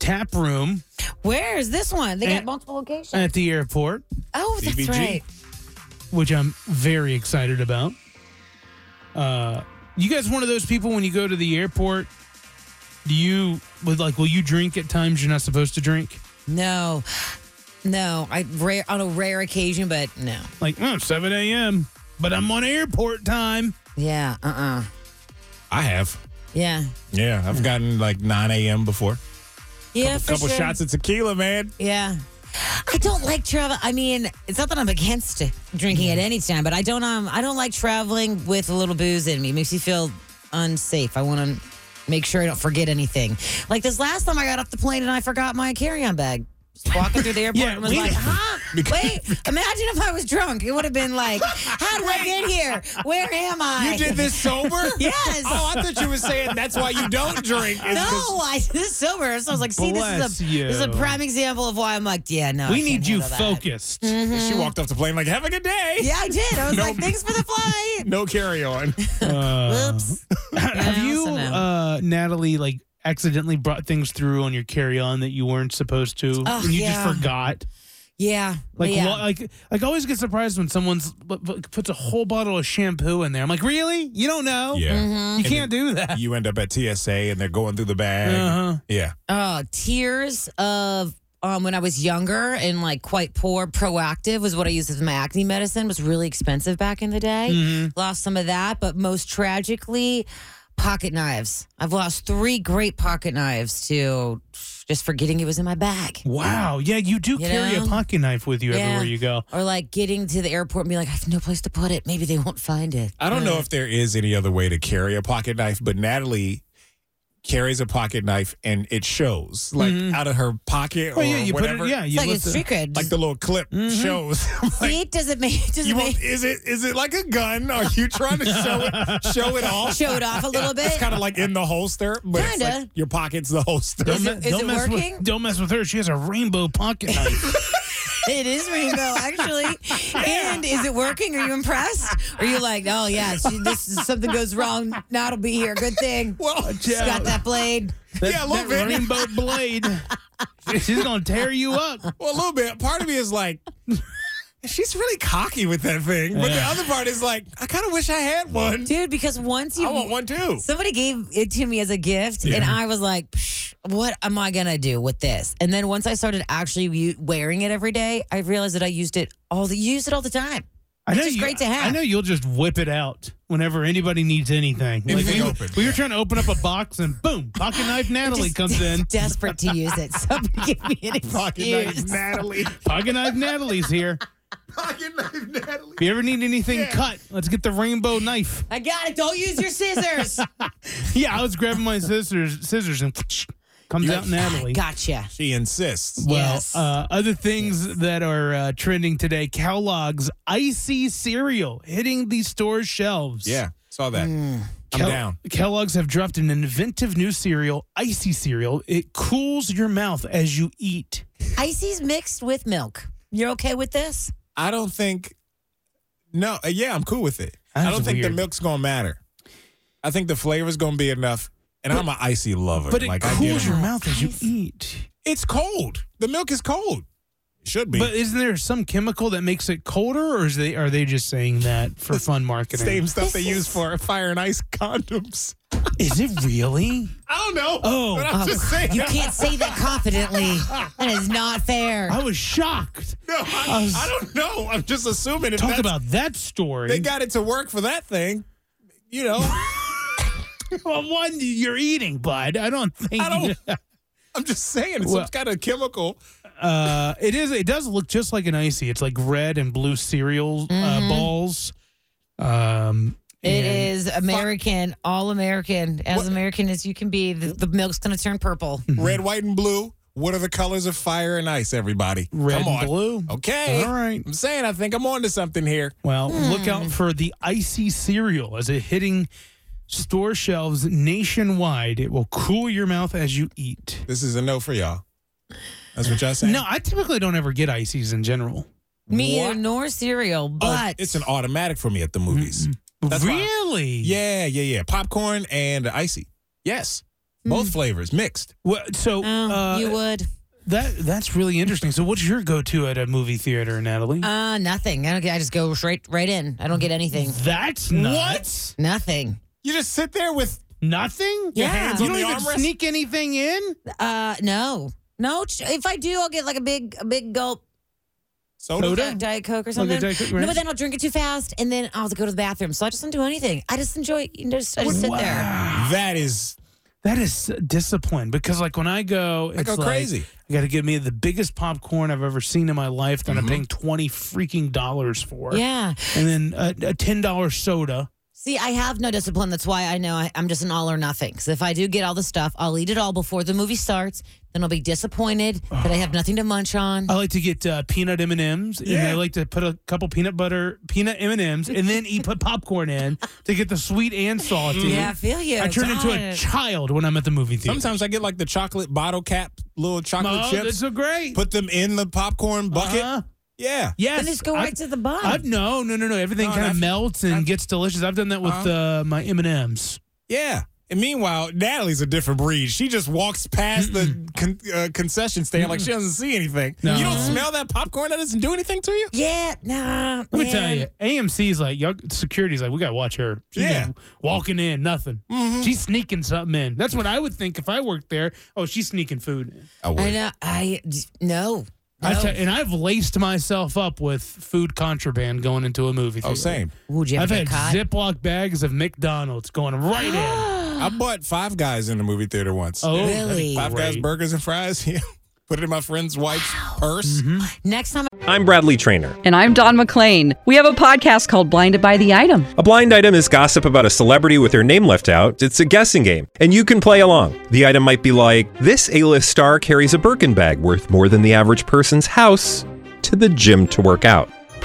Speaker 2: tap room
Speaker 3: Where is this one? They
Speaker 2: And-
Speaker 3: got multiple locations.
Speaker 2: at the airport,
Speaker 3: oh, that's
Speaker 4: CBG.
Speaker 3: right.
Speaker 2: which I'm very excited about. Uh, you guys, one of those people when you go to the airport, do you would like? Will you drink at times you're not supposed to drink?
Speaker 3: No, no. I rare on a rare occasion, but no.
Speaker 2: Like oh, 7 a.m., but I'm on airport time.
Speaker 3: Yeah. Uh. uh
Speaker 4: I have.
Speaker 3: Yeah.
Speaker 4: Yeah, I've gotten like 9 a.m. before.
Speaker 3: Yeah.
Speaker 4: A
Speaker 3: for
Speaker 4: couple
Speaker 3: sure.
Speaker 4: shots of tequila, man.
Speaker 3: Yeah. I don't like travel. I mean, it's not that I'm against drinking
Speaker 2: Mm-hmm.
Speaker 3: at any time, but I don't. Um, I don't like traveling with a little booze in me. It makes me feel unsafe. I want to make sure I don't forget anything. Like this last time, I got off the plane and I forgot my carry-on bag. Just walking through the airport
Speaker 2: Yeah,
Speaker 3: and was
Speaker 2: we-
Speaker 3: like, huh? Wait, imagine if I was drunk. It would have been like, how do I get here? Where am I?
Speaker 4: You did this sober?
Speaker 3: Yes.
Speaker 4: Oh, I thought you were saying that's why you don't drink. is
Speaker 3: No,
Speaker 4: 'cause-
Speaker 3: I this is sober. So I was like, see, this
Speaker 2: Bless
Speaker 3: is a this is a
Speaker 2: you.
Speaker 3: prime example of why I'm like, yeah, no. I
Speaker 2: we
Speaker 3: can't
Speaker 2: need you
Speaker 3: handle that. Mm,
Speaker 2: focused.
Speaker 4: She walked off the plane like, have a good day.
Speaker 3: Yeah, I did. I was like, thanks for the flight.
Speaker 4: No carry on.
Speaker 2: Uh,
Speaker 3: Oops.
Speaker 2: have
Speaker 3: Yeah,
Speaker 2: you,
Speaker 3: so no.
Speaker 2: uh, Natalie, like accidentally brought things through on your carry on that you weren't supposed to,
Speaker 3: Ugh,
Speaker 2: and you
Speaker 3: yeah.
Speaker 2: just forgot?
Speaker 3: Yeah.
Speaker 2: Like,
Speaker 3: yeah.
Speaker 2: lo- like, like, I always get surprised when someone's b- b- puts a whole bottle of shampoo in there. I'm like, really? You don't know?
Speaker 3: Mm-hmm.
Speaker 2: You can't do that.
Speaker 4: Mm-hmm. You end up at TSA and they're going through the bag.
Speaker 2: Uh-huh.
Speaker 4: Yeah.
Speaker 3: Oh, tears of um, when I was younger and like quite poor, proactive was what I used as my acne medicine. Was really expensive back in the day.
Speaker 2: Mm-hmm.
Speaker 3: Lost some of that, but most tragically, pocket knives. I've lost three great pocket knives to just forgetting it was in my bag.
Speaker 2: Wow. Yeah, you do
Speaker 3: You
Speaker 2: carry
Speaker 3: know?
Speaker 2: a pocket knife with you
Speaker 3: Yeah.
Speaker 2: everywhere you go.
Speaker 3: Or like getting to the airport and be like, I have no place to put it. Maybe they won't find it.
Speaker 4: I don't know if there is any other way to carry a pocket knife, but Natalie carries a pocket knife and it shows like out of her pocket or
Speaker 2: Well, yeah, you
Speaker 4: whatever.
Speaker 2: put it. Yeah, you
Speaker 3: It's like
Speaker 2: let
Speaker 3: it's
Speaker 2: the-
Speaker 3: secret.
Speaker 4: Like the little clip shows. I'm like,
Speaker 3: See, it doesn't make. It doesn't
Speaker 4: you
Speaker 3: make.
Speaker 4: won't, is it is it like a gun? Are you trying to show it show it off?
Speaker 3: Show it off a little bit.
Speaker 4: It's kind of like in the holster, but it's
Speaker 3: Kinda.
Speaker 4: like your pocket's the holster.
Speaker 3: Is it- is it
Speaker 2: mess
Speaker 3: working?
Speaker 2: With, don't mess with her. She has a rainbow pocket knife.
Speaker 3: It is rainbow, actually. And is it working? Are you impressed? Are you like, oh yeah, she, this is, something goes wrong. Now it'll be here. Good thing.
Speaker 4: well,
Speaker 3: She's got that blade.
Speaker 2: That,
Speaker 4: Yeah, a little
Speaker 2: that
Speaker 4: bit.
Speaker 2: rainbow blade. She's gonna tear you up.
Speaker 4: Well, a little bit. Part of me is like, she's really cocky with that thing. But the other part is like, I kind of wish I had one.
Speaker 3: Dude, because once you
Speaker 4: I want one too.
Speaker 3: somebody gave it to me as a gift and I was like, "Psh, what am I gonna do with this? And then once I started actually u- wearing it every day, I realized that I used it all the used it all the time.
Speaker 2: I
Speaker 3: Which is great to have.
Speaker 2: I know you'll just whip it out whenever anybody needs anything.
Speaker 4: Anything
Speaker 2: we,
Speaker 4: open,
Speaker 2: we were trying to open up a box and boom, pocket knife Natalie
Speaker 3: Just
Speaker 2: comes in.
Speaker 3: desperate to use it. Somebody give me an
Speaker 4: Pocket knife,
Speaker 3: excuse.
Speaker 4: Natalie.
Speaker 2: Pocket knife Natalie's here.
Speaker 4: Pocket knife, Natalie.
Speaker 2: If you ever need anything cut, let's get the rainbow knife.
Speaker 3: I got it. Don't use your scissors.
Speaker 2: Yeah, I was grabbing my scissors, scissors and comes out Natalie.
Speaker 3: Gotcha.
Speaker 4: She insists.
Speaker 2: Well,
Speaker 3: Yes.
Speaker 2: uh, other things that are uh, trending today: Cowlog's icy cereal hitting the store shelves.
Speaker 4: Yeah, saw that.
Speaker 2: Hmm.
Speaker 4: I'm
Speaker 2: Kel-
Speaker 4: down.
Speaker 2: Kellogg's have dropped an inventive new cereal, icy cereal. It cools your mouth as you eat.
Speaker 3: Icy's mixed with milk. You're okay with this?
Speaker 4: I don't think. No, uh, yeah, I'm cool with it. I
Speaker 2: That's
Speaker 4: don't think the
Speaker 2: weird.
Speaker 4: milk's gonna matter. I think the flavor's gonna be enough. And I'm an icy lover.
Speaker 2: But it
Speaker 4: like, I get
Speaker 2: cools
Speaker 4: it.
Speaker 2: your mouth as you eat.
Speaker 4: It's cold. The milk is cold. It should be.
Speaker 2: But isn't there some chemical that makes it colder, or is they are they just saying that for fun marketing?
Speaker 4: Same stuff they use for fire and ice condoms.
Speaker 2: Is it really?
Speaker 4: I don't know.
Speaker 2: Oh.
Speaker 4: but I'm just saying.
Speaker 3: You can't say that confidently. That is not fair.
Speaker 4: Oh,
Speaker 2: I was shocked.
Speaker 4: No, I, I don't know. I'm just assuming. If
Speaker 2: Talk
Speaker 4: that's-
Speaker 2: about that story.
Speaker 4: They got it to work for that thing. You know,
Speaker 2: well, one you're eating, bud. I don't think.
Speaker 4: I don't. I'm just saying. It's
Speaker 2: Well-
Speaker 4: some kind of chemical.
Speaker 2: Uh, it is. It does look just like an icy. It's like red and blue cereal uh, balls. Um,
Speaker 3: it
Speaker 2: and-
Speaker 3: is American, all American, as
Speaker 4: What-
Speaker 3: American as you can be. The, the milk's going to turn purple.
Speaker 2: Mm-hmm.
Speaker 4: Red, white, and blue. What are the colors of fire and ice, everybody?
Speaker 2: red
Speaker 4: Come on.
Speaker 2: and blue.
Speaker 4: Okay.
Speaker 2: All right.
Speaker 4: I'm saying I think I'm on to something here.
Speaker 2: Well, look out for the icy cereal as it hitting store shelves nationwide. It will cool your mouth as you eat.
Speaker 4: This is a no for y'all. That's what y'all saying?
Speaker 2: No, I typically don't ever get ices in general.
Speaker 3: Me
Speaker 4: What?
Speaker 3: nor cereal,
Speaker 4: Oh,
Speaker 3: but
Speaker 4: it's an automatic for me at the movies. That's why-
Speaker 2: really?
Speaker 4: Yeah, yeah, yeah. Popcorn and icy. Yes. Both flavors mixed.
Speaker 2: Well, so
Speaker 3: Oh,
Speaker 2: uh,
Speaker 3: you would.
Speaker 2: that that's really interesting. So, what's your go-to at a movie theater, Natalie?
Speaker 3: Uh, nothing. I don't. get- I just go right, right in. I don't get anything.
Speaker 2: that's nuts.
Speaker 3: Nothing.
Speaker 4: You just sit there with
Speaker 2: Nothing?
Speaker 3: Yeah. hands
Speaker 2: you
Speaker 4: on
Speaker 2: don't
Speaker 4: the
Speaker 2: even
Speaker 4: armrest?
Speaker 2: sneak anything in?
Speaker 3: Uh, no, no. ch- If I do, I'll get like a big, a big gulp
Speaker 4: soda.
Speaker 2: Soda?
Speaker 3: Di- Diet Coke or
Speaker 2: Like
Speaker 3: something.
Speaker 2: a Diet Coke,
Speaker 3: No,
Speaker 2: right?
Speaker 3: but then I'll drink it too fast, and then I'll go to the bathroom. So I just don't do anything. I just enjoy. You know, just, I just sit there.
Speaker 4: That is
Speaker 2: That is discipline because, like, when I go, it's
Speaker 4: go
Speaker 2: like,
Speaker 4: crazy.
Speaker 2: I got to give me the biggest popcorn I've ever seen in my life that
Speaker 4: Mm-hmm.
Speaker 2: I'm paying twenty freaking dollars for.
Speaker 3: Yeah.
Speaker 2: and then a, a ten dollar soda.
Speaker 3: See, I have no discipline. That's why I know I, I'm just an all or nothing. Because if I do get all the stuff, I'll eat it all before the movie starts. then I'll be disappointed that I have nothing to munch on.
Speaker 2: I like to get uh, peanut M and M's, and I like to put a couple peanut butter peanut M and M's, and then eat put popcorn in to get the sweet and salty.
Speaker 3: Mm-hmm. yeah, I feel you.
Speaker 2: I turn into a
Speaker 3: God.
Speaker 2: child when I'm at the movie theater.
Speaker 4: Sometimes I get like the chocolate bottle cap, little chocolate
Speaker 2: oh,
Speaker 4: chips.
Speaker 2: that's so great.
Speaker 4: put them in the popcorn bucket.
Speaker 2: Uh-huh.
Speaker 4: Yeah.
Speaker 2: Yes,
Speaker 3: And just go right to the bottom.
Speaker 2: I've no, no, no, no. Everything
Speaker 4: No,
Speaker 2: kind of
Speaker 4: that's-
Speaker 2: melts and
Speaker 4: that's- Uh-huh.
Speaker 2: gets delicious. I've done that with uh, my M and M's.
Speaker 4: Yeah. And meanwhile, Natalie's a different breed. She just walks past the con- uh, concession stand like she doesn't see anything.
Speaker 2: No.
Speaker 4: You don't smell that popcorn? That doesn't do anything to you?
Speaker 3: yeah, nah.
Speaker 2: Let me
Speaker 3: man.
Speaker 2: tell you, AMC's like y'all, security's like we gotta watch her. She's
Speaker 4: Yeah. Mm-hmm.
Speaker 2: just walking in, nothing. She's sneaking something in. That's what I would think if I worked there. Oh, she's sneaking food. in.
Speaker 3: I know. I d- no.
Speaker 2: I
Speaker 3: no.
Speaker 2: tell- and I've laced myself up with food contraband going into a movie.
Speaker 4: Oh,
Speaker 2: theater.
Speaker 4: same.
Speaker 3: Ooh, did you
Speaker 2: I've
Speaker 3: ever
Speaker 2: had
Speaker 3: get caught?
Speaker 2: Ziploc bags of McDonald's going right in.
Speaker 4: I bought Five Guys in the movie theater once.
Speaker 2: Oh,
Speaker 3: Really?
Speaker 4: Five Guys
Speaker 2: great.
Speaker 4: burgers and fries. Yeah. Put it in my friend's wife's purse.
Speaker 3: Next time
Speaker 8: I'm Bradley Trainer.
Speaker 9: And I'm Don McClain. We have a podcast called Blinded by the Item.
Speaker 8: A blind item is gossip about a celebrity with their name left out. It's a guessing game, and you can play along. The item might be like this: A-list star carries a Birkin bag worth more than the average person's house to the gym to work out.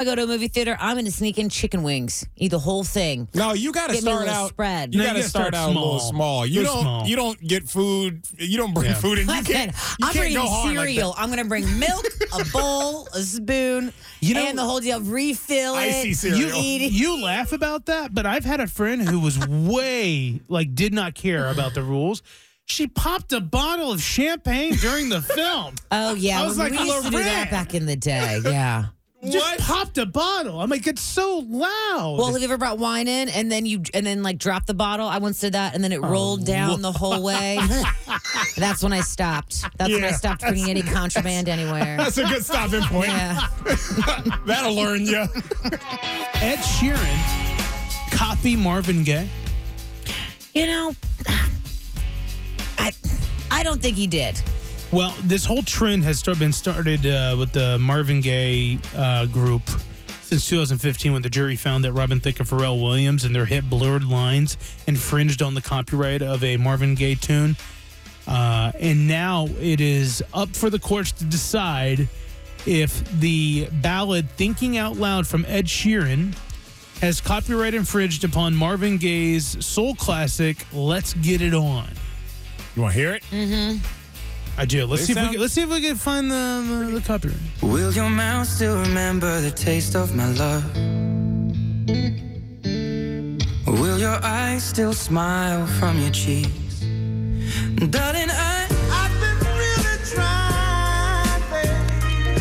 Speaker 3: I go to a movie theater, I'm going to sneak in chicken wings, eat the whole thing.
Speaker 4: No, you got to
Speaker 3: Give me a
Speaker 4: start
Speaker 3: little
Speaker 4: out.
Speaker 3: spread.
Speaker 4: You
Speaker 2: No, you
Speaker 4: got to
Speaker 2: gotta start
Speaker 4: start, out a little
Speaker 2: small.
Speaker 4: small. You
Speaker 2: Little
Speaker 4: don't.
Speaker 2: small.
Speaker 4: You don't get food. You don't bring
Speaker 2: Yeah.
Speaker 4: food in. You
Speaker 3: I
Speaker 4: can't.
Speaker 3: said,
Speaker 4: You
Speaker 3: I'm
Speaker 4: can't
Speaker 3: bringing
Speaker 4: go hard like
Speaker 3: cereal. I'm going to bring milk, a bowl, a spoon,
Speaker 2: You know-
Speaker 3: and the whole deal. Refill
Speaker 4: Icy
Speaker 3: it.
Speaker 4: cereal.
Speaker 3: You eat it.
Speaker 2: You laugh about that, but I've had a friend who was way like did not care about the rules. She popped a bottle of champaign during the film.
Speaker 3: Oh yeah,
Speaker 2: I was
Speaker 3: we
Speaker 2: like,
Speaker 3: used to do that
Speaker 2: Lorraine.
Speaker 3: back in the day. Yeah.
Speaker 2: Just popped a bottle. I'm like, it's so loud.
Speaker 3: Well, have you ever brought wine in and then you and then like dropped the bottle? I once did that, and then it
Speaker 4: Oh,
Speaker 3: rolled down the whole way. that's when I stopped. That's when I
Speaker 4: Yeah,
Speaker 3: stopped bringing any contraband anywhere.
Speaker 4: That's a good stopping point.
Speaker 3: Yeah.
Speaker 4: That'll learn you.
Speaker 2: Ed Sheeran copy Marvin Gaye.
Speaker 3: You know, I I don't think he did.
Speaker 2: Well, this whole trend has start, been started uh, with the Marvin Gaye uh, group since 2015 when the jury found that Robin Thicke and Pharrell Williams and their hit Blurred Lines infringed on the copyright of a Marvin Gaye tune. Uh, and now it is up for the courts to decide if the ballad Thinking Out Loud from Ed Sheeran has copyright infringed upon Marvin Gaye's soul classic Let's Get It On.
Speaker 4: You want to hear it?
Speaker 2: I do. Let's
Speaker 4: They
Speaker 2: see if we
Speaker 4: sound-
Speaker 2: can, let's see if we can find the, the, the copyright.
Speaker 10: Will your mouth still remember the taste of my love? Will your eyes still smile from your cheeks? Darling, I, I've been really trying, baby.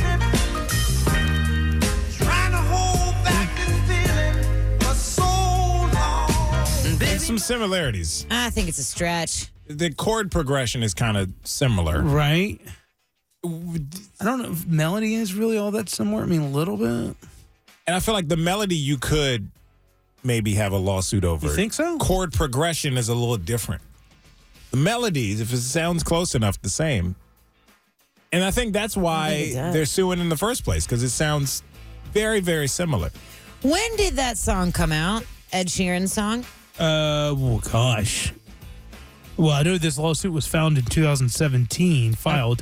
Speaker 10: Trying to hold back this feeling for so long.
Speaker 4: There's some similarities.
Speaker 3: I think it's a stretch.
Speaker 4: The chord progression is kind of similar.
Speaker 2: Right? I don't know if melody is really all that similar. I mean, a little bit.
Speaker 4: And I feel like the melody you could maybe have a lawsuit over.
Speaker 2: You think so?
Speaker 4: Chord progression is a little different. The melodies, if it sounds close enough, the same. And I think that's why
Speaker 3: it does.
Speaker 4: they're suing in the first place because it sounds very, very similar.
Speaker 3: When did that song come out? Ed Sheeran's song?
Speaker 2: Uh, well, gosh. Well, I know this lawsuit was found in 2017, filed.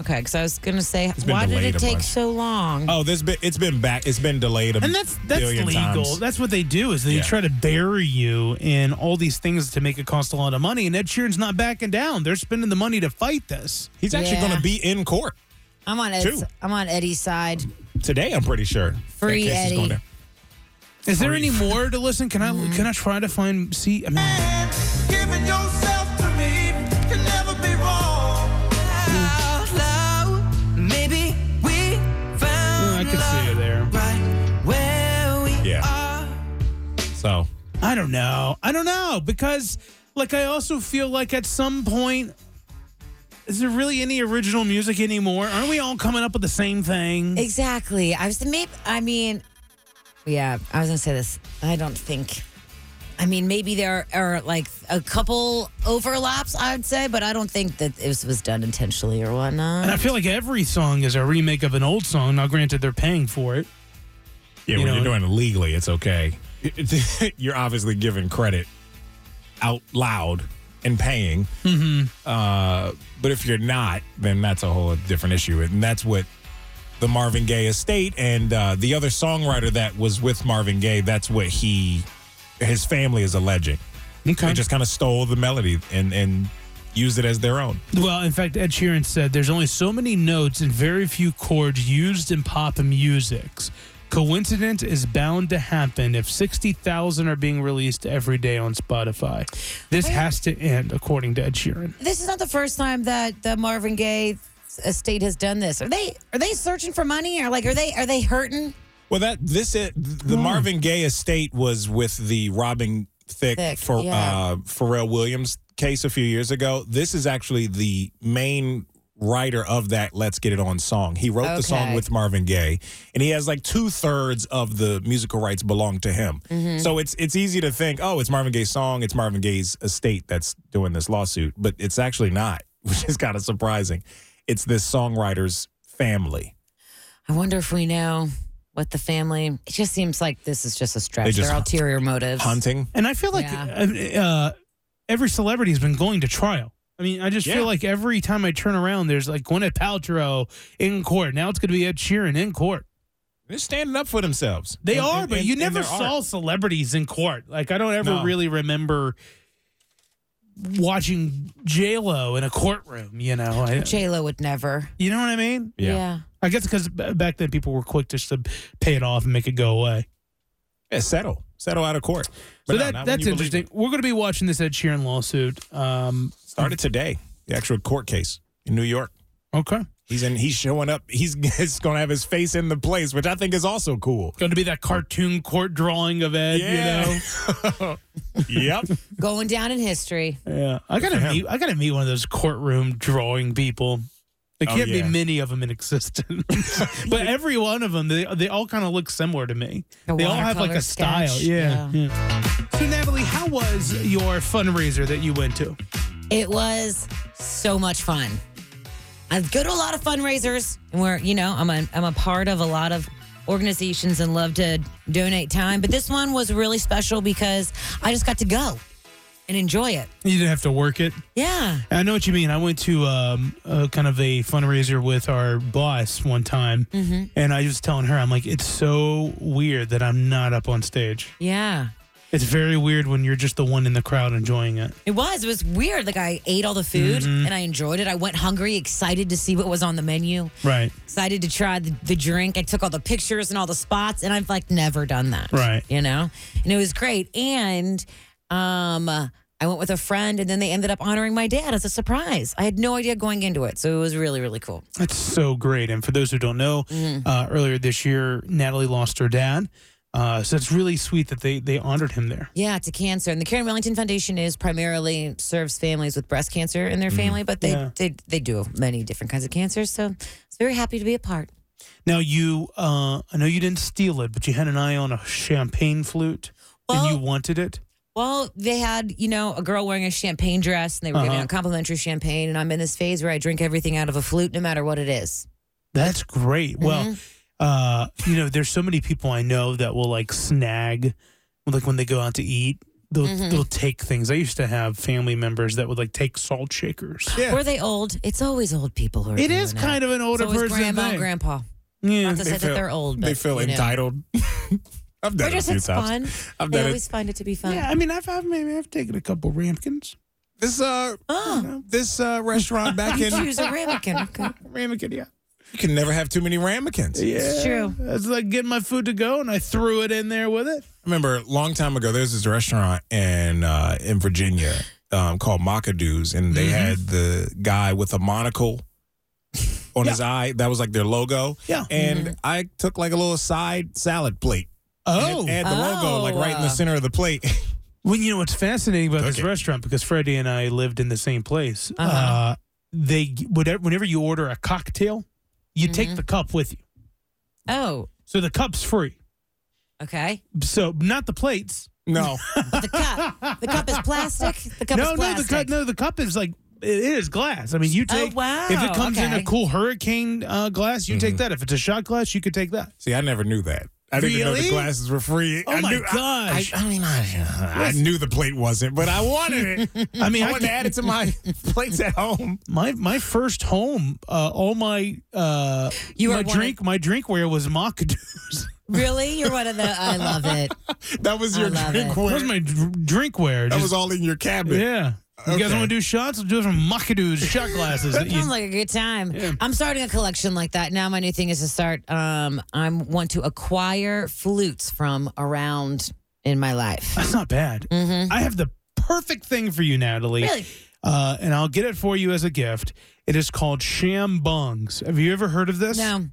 Speaker 3: Okay, because I was gonna say,
Speaker 4: been
Speaker 3: why did
Speaker 4: delayed
Speaker 3: it
Speaker 4: a
Speaker 3: take
Speaker 4: bunch.
Speaker 3: so long?
Speaker 4: Oh, this been it's been back. It's been delayed. A
Speaker 2: And that's that's
Speaker 4: billion
Speaker 2: legal.
Speaker 4: times.
Speaker 2: That's what they do is they
Speaker 4: Yeah.
Speaker 2: try to bury you in all these things to make it cost a lot of money. And Ed Sheeran's not backing down. They're spending the money to fight this.
Speaker 4: He's actually
Speaker 3: Yeah.
Speaker 4: going to be in court
Speaker 3: I'm on Ed's,
Speaker 4: Two.
Speaker 3: I'm on Eddie's side.
Speaker 4: today. I'm pretty sure.
Speaker 3: Free
Speaker 4: That case is
Speaker 3: Eddie.
Speaker 4: going down.
Speaker 2: Is there any more to listen? Can I can I try to find? See, I mean,
Speaker 10: Giving yourself to me can never be wrong. Out loud, maybe we
Speaker 2: I
Speaker 10: found
Speaker 2: can see it there.
Speaker 10: right where we
Speaker 4: Yeah.
Speaker 10: are.
Speaker 4: So
Speaker 2: I don't know. I don't know because like I also feel like at some point is there really any original music anymore? Aren't we all coming up with the same thing?
Speaker 3: Exactly. I was maybe. I mean, yeah. I was gonna say this. I don't think. I mean, maybe there are like a couple overlaps, I'd say, but I don't think that this was done intentionally or whatnot.
Speaker 2: And I feel like every song is a remake of an old song. Now, granted, they're paying for it.
Speaker 4: Yeah,
Speaker 2: You
Speaker 4: when
Speaker 2: know-
Speaker 4: you're doing it legally, it's okay. you're obviously giving credit out loud and paying.
Speaker 2: Mm-hmm.
Speaker 4: Uh, but if you're not, then that's a whole different issue. And that's what the Marvin Gaye estate and uh, the other songwriter that was with Marvin Gaye, that's what he, his family is alleging.
Speaker 2: Okay.
Speaker 4: They just kind of stole the melody and, and used it as their own.
Speaker 2: Well, in fact, Ed Sheeran said there's only so many notes and very few chords used in pop music. Coincidence is bound to happen if 60,000 are being released every day on Spotify. This has to end, according to Ed Sheeran.
Speaker 3: This is not the first time that the Marvin Gaye estate has done this. Are they are they searching for money or like are they are they hurting?
Speaker 4: Well, that this it, the
Speaker 3: Hmm.
Speaker 4: Marvin Gaye estate was with the Robin Thicke,
Speaker 3: Thicke,
Speaker 4: for
Speaker 3: yeah.
Speaker 4: uh, Pharrell Williams case a few years ago. This is actually the main writer of that "Let's Get It On" song. He wrote the song
Speaker 11: Okay.
Speaker 4: with Marvin Gaye, and he has like two thirds of the musical rights belong to him.
Speaker 3: Mm-hmm.
Speaker 11: Mhm.
Speaker 4: So it's it's easy to think, oh, it's Marvin Gaye's song, it's Marvin Gaye's estate that's doing this lawsuit, but it's actually not, which is kind of surprising. It's this songwriter's family.
Speaker 3: I wonder if we know what the family. It just seems like this is just a
Speaker 4: They
Speaker 3: stretch.
Speaker 4: just
Speaker 3: Their ulterior motives.
Speaker 4: Hunting.
Speaker 2: And I feel like uh, uh, every celebrity has been going to trial. I mean, I just
Speaker 4: Yeah.
Speaker 2: feel like every time I turn around, there's like Gwyneth Paltrow in court. Now it's going to be Ed Sheeran in court.
Speaker 4: They're standing up for themselves.
Speaker 2: They
Speaker 4: And-
Speaker 2: are,
Speaker 4: and-
Speaker 2: but
Speaker 4: and-
Speaker 2: you
Speaker 4: and
Speaker 2: never
Speaker 4: their
Speaker 2: saw
Speaker 4: art.
Speaker 2: celebrities in court. Like I don't ever
Speaker 4: No.
Speaker 2: really remember watching J Lo in a courtroom. You know, I,
Speaker 3: J Lo would never.
Speaker 2: you know what I mean?
Speaker 3: Yeah. Yeah.
Speaker 2: I guess because back then people were quick just to pay it off and make it go away.
Speaker 4: Yeah, settle, settle out of court. But
Speaker 2: so
Speaker 4: no,
Speaker 2: that
Speaker 4: not when
Speaker 2: that's
Speaker 4: you believe
Speaker 2: interesting. We're going to be watching this Ed Sheeran lawsuit. Um,
Speaker 4: Started today, the actual court case in New York.
Speaker 2: Okay.
Speaker 4: He's in. He's showing up. He's, he's going to have his face in the place, which I think is also cool.
Speaker 2: Going to be that cartoon court drawing of Ed.
Speaker 4: Yeah.
Speaker 2: You know.
Speaker 4: yep.
Speaker 3: Going down in history.
Speaker 2: Yeah, I
Speaker 3: Good
Speaker 2: gotta
Speaker 3: for him.
Speaker 2: meet. I gotta meet one of those courtroom drawing people. There
Speaker 4: Oh,
Speaker 2: can't
Speaker 4: yeah.
Speaker 2: be many of them in existence, but every one of them, they they all kind of look similar to me.
Speaker 11: The
Speaker 2: they all have like
Speaker 11: watercolor
Speaker 2: a style.
Speaker 11: sketch,
Speaker 2: Yeah, yeah. So Natalie, how was your fundraiser that you went to?
Speaker 3: It was so much fun. I go to a lot of fundraisers and where, you know, I'm a, I'm a part of a lot of organizations and love to donate time. But this one was really special because I just got to go and enjoy it.
Speaker 2: You didn't have to work it.
Speaker 3: Yeah.
Speaker 2: I know what you mean. I went to um, uh, kind of a fundraiser with our boss one time,
Speaker 11: Mm-hmm.
Speaker 3: Mhm.
Speaker 2: and I was telling her, I'm like, it's so weird that I'm not up on stage.
Speaker 3: Yeah.
Speaker 2: It's very weird when you're just the one in the crowd enjoying it.
Speaker 3: It was. It was weird. Like I ate all the food
Speaker 2: Mhm.
Speaker 3: and I enjoyed it. I went hungry, excited to see what was on the menu,
Speaker 2: Right.
Speaker 3: excited to try the, the drink. I took all the pictures and all the spots, and I've like never done that.
Speaker 2: Right.
Speaker 3: You know? And it was great. And um I went with a friend and then they ended up honoring my dad as a surprise. I had no idea going into it. So it was really, really cool.
Speaker 2: That's so great. And for those who don't know, uh, earlier this year, Natalie lost her dad. Uh, so it's really sweet that they, they honored him there.
Speaker 3: Yeah, to cancer. And the Karen Wellington Foundation is primarily serves families with breast cancer in their
Speaker 2: Mhm.
Speaker 3: family, but they,
Speaker 2: Yeah.
Speaker 3: they they do many different kinds of cancers. So I was very happy to be a part.
Speaker 2: Now, you, uh, I know you didn't steal it, but you had an eye on a champagne flute and you wanted it.
Speaker 3: Well, they had, you know, a girl wearing a champagne dress and they were giving
Speaker 2: Uh-huh.
Speaker 3: out complimentary champagne. And I'm in this phase where I drink everything out of a flute, no matter what it is.
Speaker 2: That's great. Well, uh, you know, there's so many people I know that will like snag, like when they go out to eat, they'll,
Speaker 3: Mhm.
Speaker 2: they'll take things. I used to have family members that would like take salt shakers.
Speaker 3: Were they old? It's always old people who are.
Speaker 2: It is
Speaker 3: doing
Speaker 2: kind of an older
Speaker 3: it's always
Speaker 2: person
Speaker 3: Grandma
Speaker 2: thing.
Speaker 3: and grandpa.
Speaker 2: Yeah.
Speaker 3: Not to say that they're old. But,
Speaker 4: they feel
Speaker 3: you know.
Speaker 4: entitled. I've done
Speaker 3: Or just
Speaker 4: it a few
Speaker 3: it's fun.
Speaker 4: times. I've
Speaker 3: they
Speaker 4: done
Speaker 3: always
Speaker 4: it.
Speaker 3: find it to be fun.
Speaker 2: Yeah, I mean, I've, I've maybe I've taken a couple ramekins.
Speaker 4: This uh, this uh, restaurant back
Speaker 3: You
Speaker 4: in
Speaker 3: choose Oh, a ramekin. Okay.
Speaker 2: ramekin, yeah.
Speaker 4: You can never have too many ramekins.
Speaker 2: Yeah. It's like getting my food to go, and I threw it in there with it.
Speaker 4: I remember a long time ago, there's this restaurant in uh, in Virginia um, called Mockadoo's, and
Speaker 2: Mm-hmm.
Speaker 4: they had the guy with a monocle on his eye. That was like their logo.
Speaker 2: Yeah. Mm-hmm.
Speaker 4: And I took like a little side salad plate.
Speaker 2: Oh.
Speaker 4: And it had the logo like right
Speaker 2: Oh.
Speaker 4: in the center of the plate.
Speaker 2: Well, you know what's fascinating about this restaurant because Freddie and I lived in the same place. uh they g- whatever, whenever you order a cocktail, you take the cup with you,
Speaker 3: Oh,
Speaker 2: so the cup's free.
Speaker 3: okay.
Speaker 2: So not the plates.
Speaker 4: No.
Speaker 3: But the cup, the cup is plastic. The cup
Speaker 2: no,
Speaker 3: is
Speaker 2: no, the
Speaker 3: plastic.
Speaker 2: cup, no, the cup is like it is glass. I mean, you
Speaker 3: Oh,
Speaker 2: take
Speaker 3: wow,
Speaker 2: if it comes in a
Speaker 3: okay.
Speaker 2: cool hurricane uh, glass, you
Speaker 4: Mm-hmm.
Speaker 2: take that. If it's a shot glass, you could take that.
Speaker 4: See, I never knew that. I didn't even know the
Speaker 2: Really?
Speaker 4: glasses were free.
Speaker 2: Oh
Speaker 4: I
Speaker 2: my
Speaker 4: knew, I,
Speaker 2: gosh.
Speaker 4: I, I mean, I, I
Speaker 2: Listen.
Speaker 4: knew the plate wasn't, but I wanted it.
Speaker 3: Mm.
Speaker 2: I mean,
Speaker 4: I,
Speaker 2: I
Speaker 4: wanted to
Speaker 2: can-
Speaker 4: add it to my plates at home.
Speaker 2: My my first home, uh, all my uh,
Speaker 3: You
Speaker 2: my
Speaker 3: are one
Speaker 2: drink my drinkware was Mockadoo's.
Speaker 3: Really? You're one of the. I love it.
Speaker 4: That was
Speaker 3: I
Speaker 4: your
Speaker 3: love it.
Speaker 4: drinkware.
Speaker 2: That was my dr- drinkware.
Speaker 4: Oh, that
Speaker 2: Just-
Speaker 4: was all in your cabinet.
Speaker 2: Yeah. You guys
Speaker 4: Okay.
Speaker 2: want to do shots? We'll do it from Mockadoo's shot glasses. that you-
Speaker 3: Sounds like a good time. I'm starting a collection like that now. My new thing is to start. Um, I want to acquire flutes from around in my life.
Speaker 2: That's not bad.
Speaker 3: Mm-hmm.
Speaker 2: I have the perfect thing for you, Natalie.
Speaker 3: Really?
Speaker 2: Uh, and I'll get it for you as a gift. It is called Shambongs. Have you ever heard of this?
Speaker 3: No.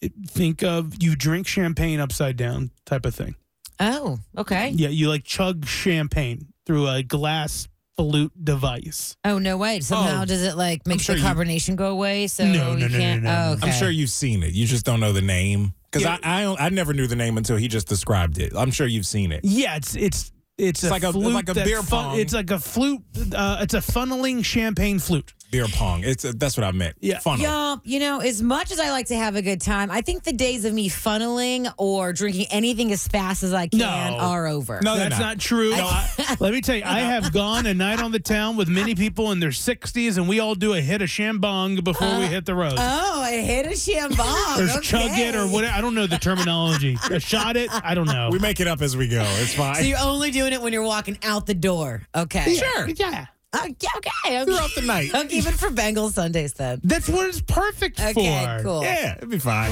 Speaker 2: It- Think of you drink champagne upside down type of thing.
Speaker 3: Oh, okay.
Speaker 2: Yeah, you like chug champagne through a glass flute device.
Speaker 3: Oh no way! Somehow does it like make
Speaker 4: sure
Speaker 3: the
Speaker 4: you-
Speaker 3: carbonation go away? So
Speaker 2: No, no,
Speaker 3: you
Speaker 2: no, no,
Speaker 3: can't.
Speaker 2: no, no.
Speaker 3: Oh, okay.
Speaker 4: I'm sure you've seen it. You just don't know the name because
Speaker 2: Yeah.
Speaker 4: I, I I never knew the name until he just described it. I'm sure you've seen it.
Speaker 2: Yeah, it's it's it's,
Speaker 4: It's like a- it's
Speaker 2: flute
Speaker 4: like a
Speaker 2: that
Speaker 4: beer pong.
Speaker 2: it's like a flute. Uh, it's a funneling champagne flute.
Speaker 4: Beer pong. It's that's what I meant.
Speaker 2: Yeah.
Speaker 4: Funnel.
Speaker 3: Y'all, you know, as much as I like to have a good time, I think the days of me funneling or drinking anything as fast as I can
Speaker 2: No.
Speaker 3: are over.
Speaker 4: No, they're
Speaker 2: That's not, true. I- let me tell you, I have gone a night on the town with many people in their 60s, and we all do a hit of shambong before we hit the road.
Speaker 3: Oh, I hit a shambong.
Speaker 2: There's
Speaker 3: okay.
Speaker 2: chug it or whatever. I don't know the terminology. a shot it. I don't know.
Speaker 4: We make it up as we go. It's fine.
Speaker 3: So you're only doing it when you're walking out the door. Okay.
Speaker 4: sure.
Speaker 2: yeah.
Speaker 3: Oh, yeah, okay. I'm,
Speaker 4: Throughout the night.
Speaker 3: I'm keeping for Bengal Sundays then.
Speaker 2: That's what it's perfect
Speaker 3: Okay,
Speaker 2: for.
Speaker 3: cool.
Speaker 4: Yeah, it'd be fine.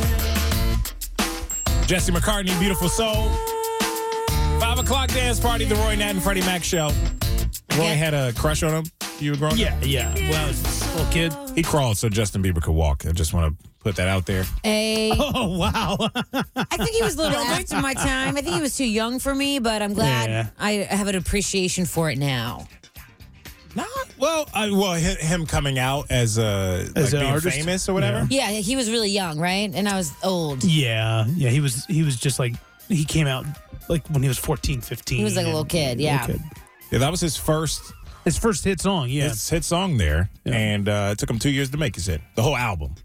Speaker 4: Jesse McCartney, Beautiful Soul. Five o'clock dance party, the Roy Nat and Freddie Mac show. Roy
Speaker 3: Okay.
Speaker 4: had a crush on him. You were growing up?
Speaker 2: Yeah, yeah. When I was a little kid.
Speaker 4: He crawled so Justin Bieber could walk. I just want to put that out there.
Speaker 3: Hey,
Speaker 2: Oh, wow.
Speaker 3: I think he was a little after my time. I think he was too young for me, but I'm glad
Speaker 2: Yeah.
Speaker 3: I have an appreciation for it now.
Speaker 4: Not well. I, well, hi- him coming out as a
Speaker 2: As
Speaker 4: like
Speaker 2: an
Speaker 4: being
Speaker 2: artist?
Speaker 4: famous or whatever.
Speaker 3: Yeah, he was really young, right? And I was old.
Speaker 2: yeah, yeah. He was, he was just like, he came out like when he was 14, 15.
Speaker 3: He was like a little kid, yeah.
Speaker 4: Yeah, that was his first
Speaker 2: His first hit song, yeah.
Speaker 4: his hit song there, and uh, it took him two years to make his hit, the whole album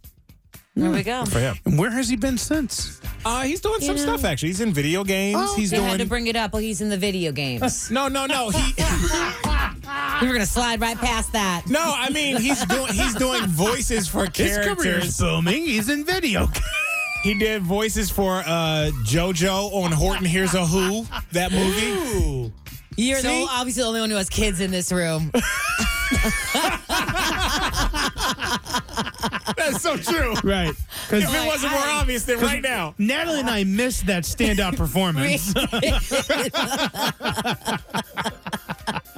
Speaker 3: There we go.
Speaker 4: for him.
Speaker 2: and where has he been since?
Speaker 4: Uh, he's doing some
Speaker 3: You know.
Speaker 4: stuff actually. He's in video games. he's
Speaker 3: They had to
Speaker 4: doing
Speaker 3: bring it up. Oh, he's in the video games.
Speaker 4: no, no, no. He
Speaker 3: we were gonna slide right past that.
Speaker 4: No, I mean he's doing he's doing voices for
Speaker 2: His career is
Speaker 4: characters.
Speaker 2: booming. He's in video.
Speaker 4: He did voices for uh JoJo on Horton Here's a Who that movie.
Speaker 2: Ooh.
Speaker 3: You're the,
Speaker 4: See?
Speaker 3: obviously the only one who has kids in this room.
Speaker 4: That's so true.
Speaker 2: Right. Because
Speaker 4: If it wasn't more obvious than right now.
Speaker 2: Natalie and I missed that standout performance.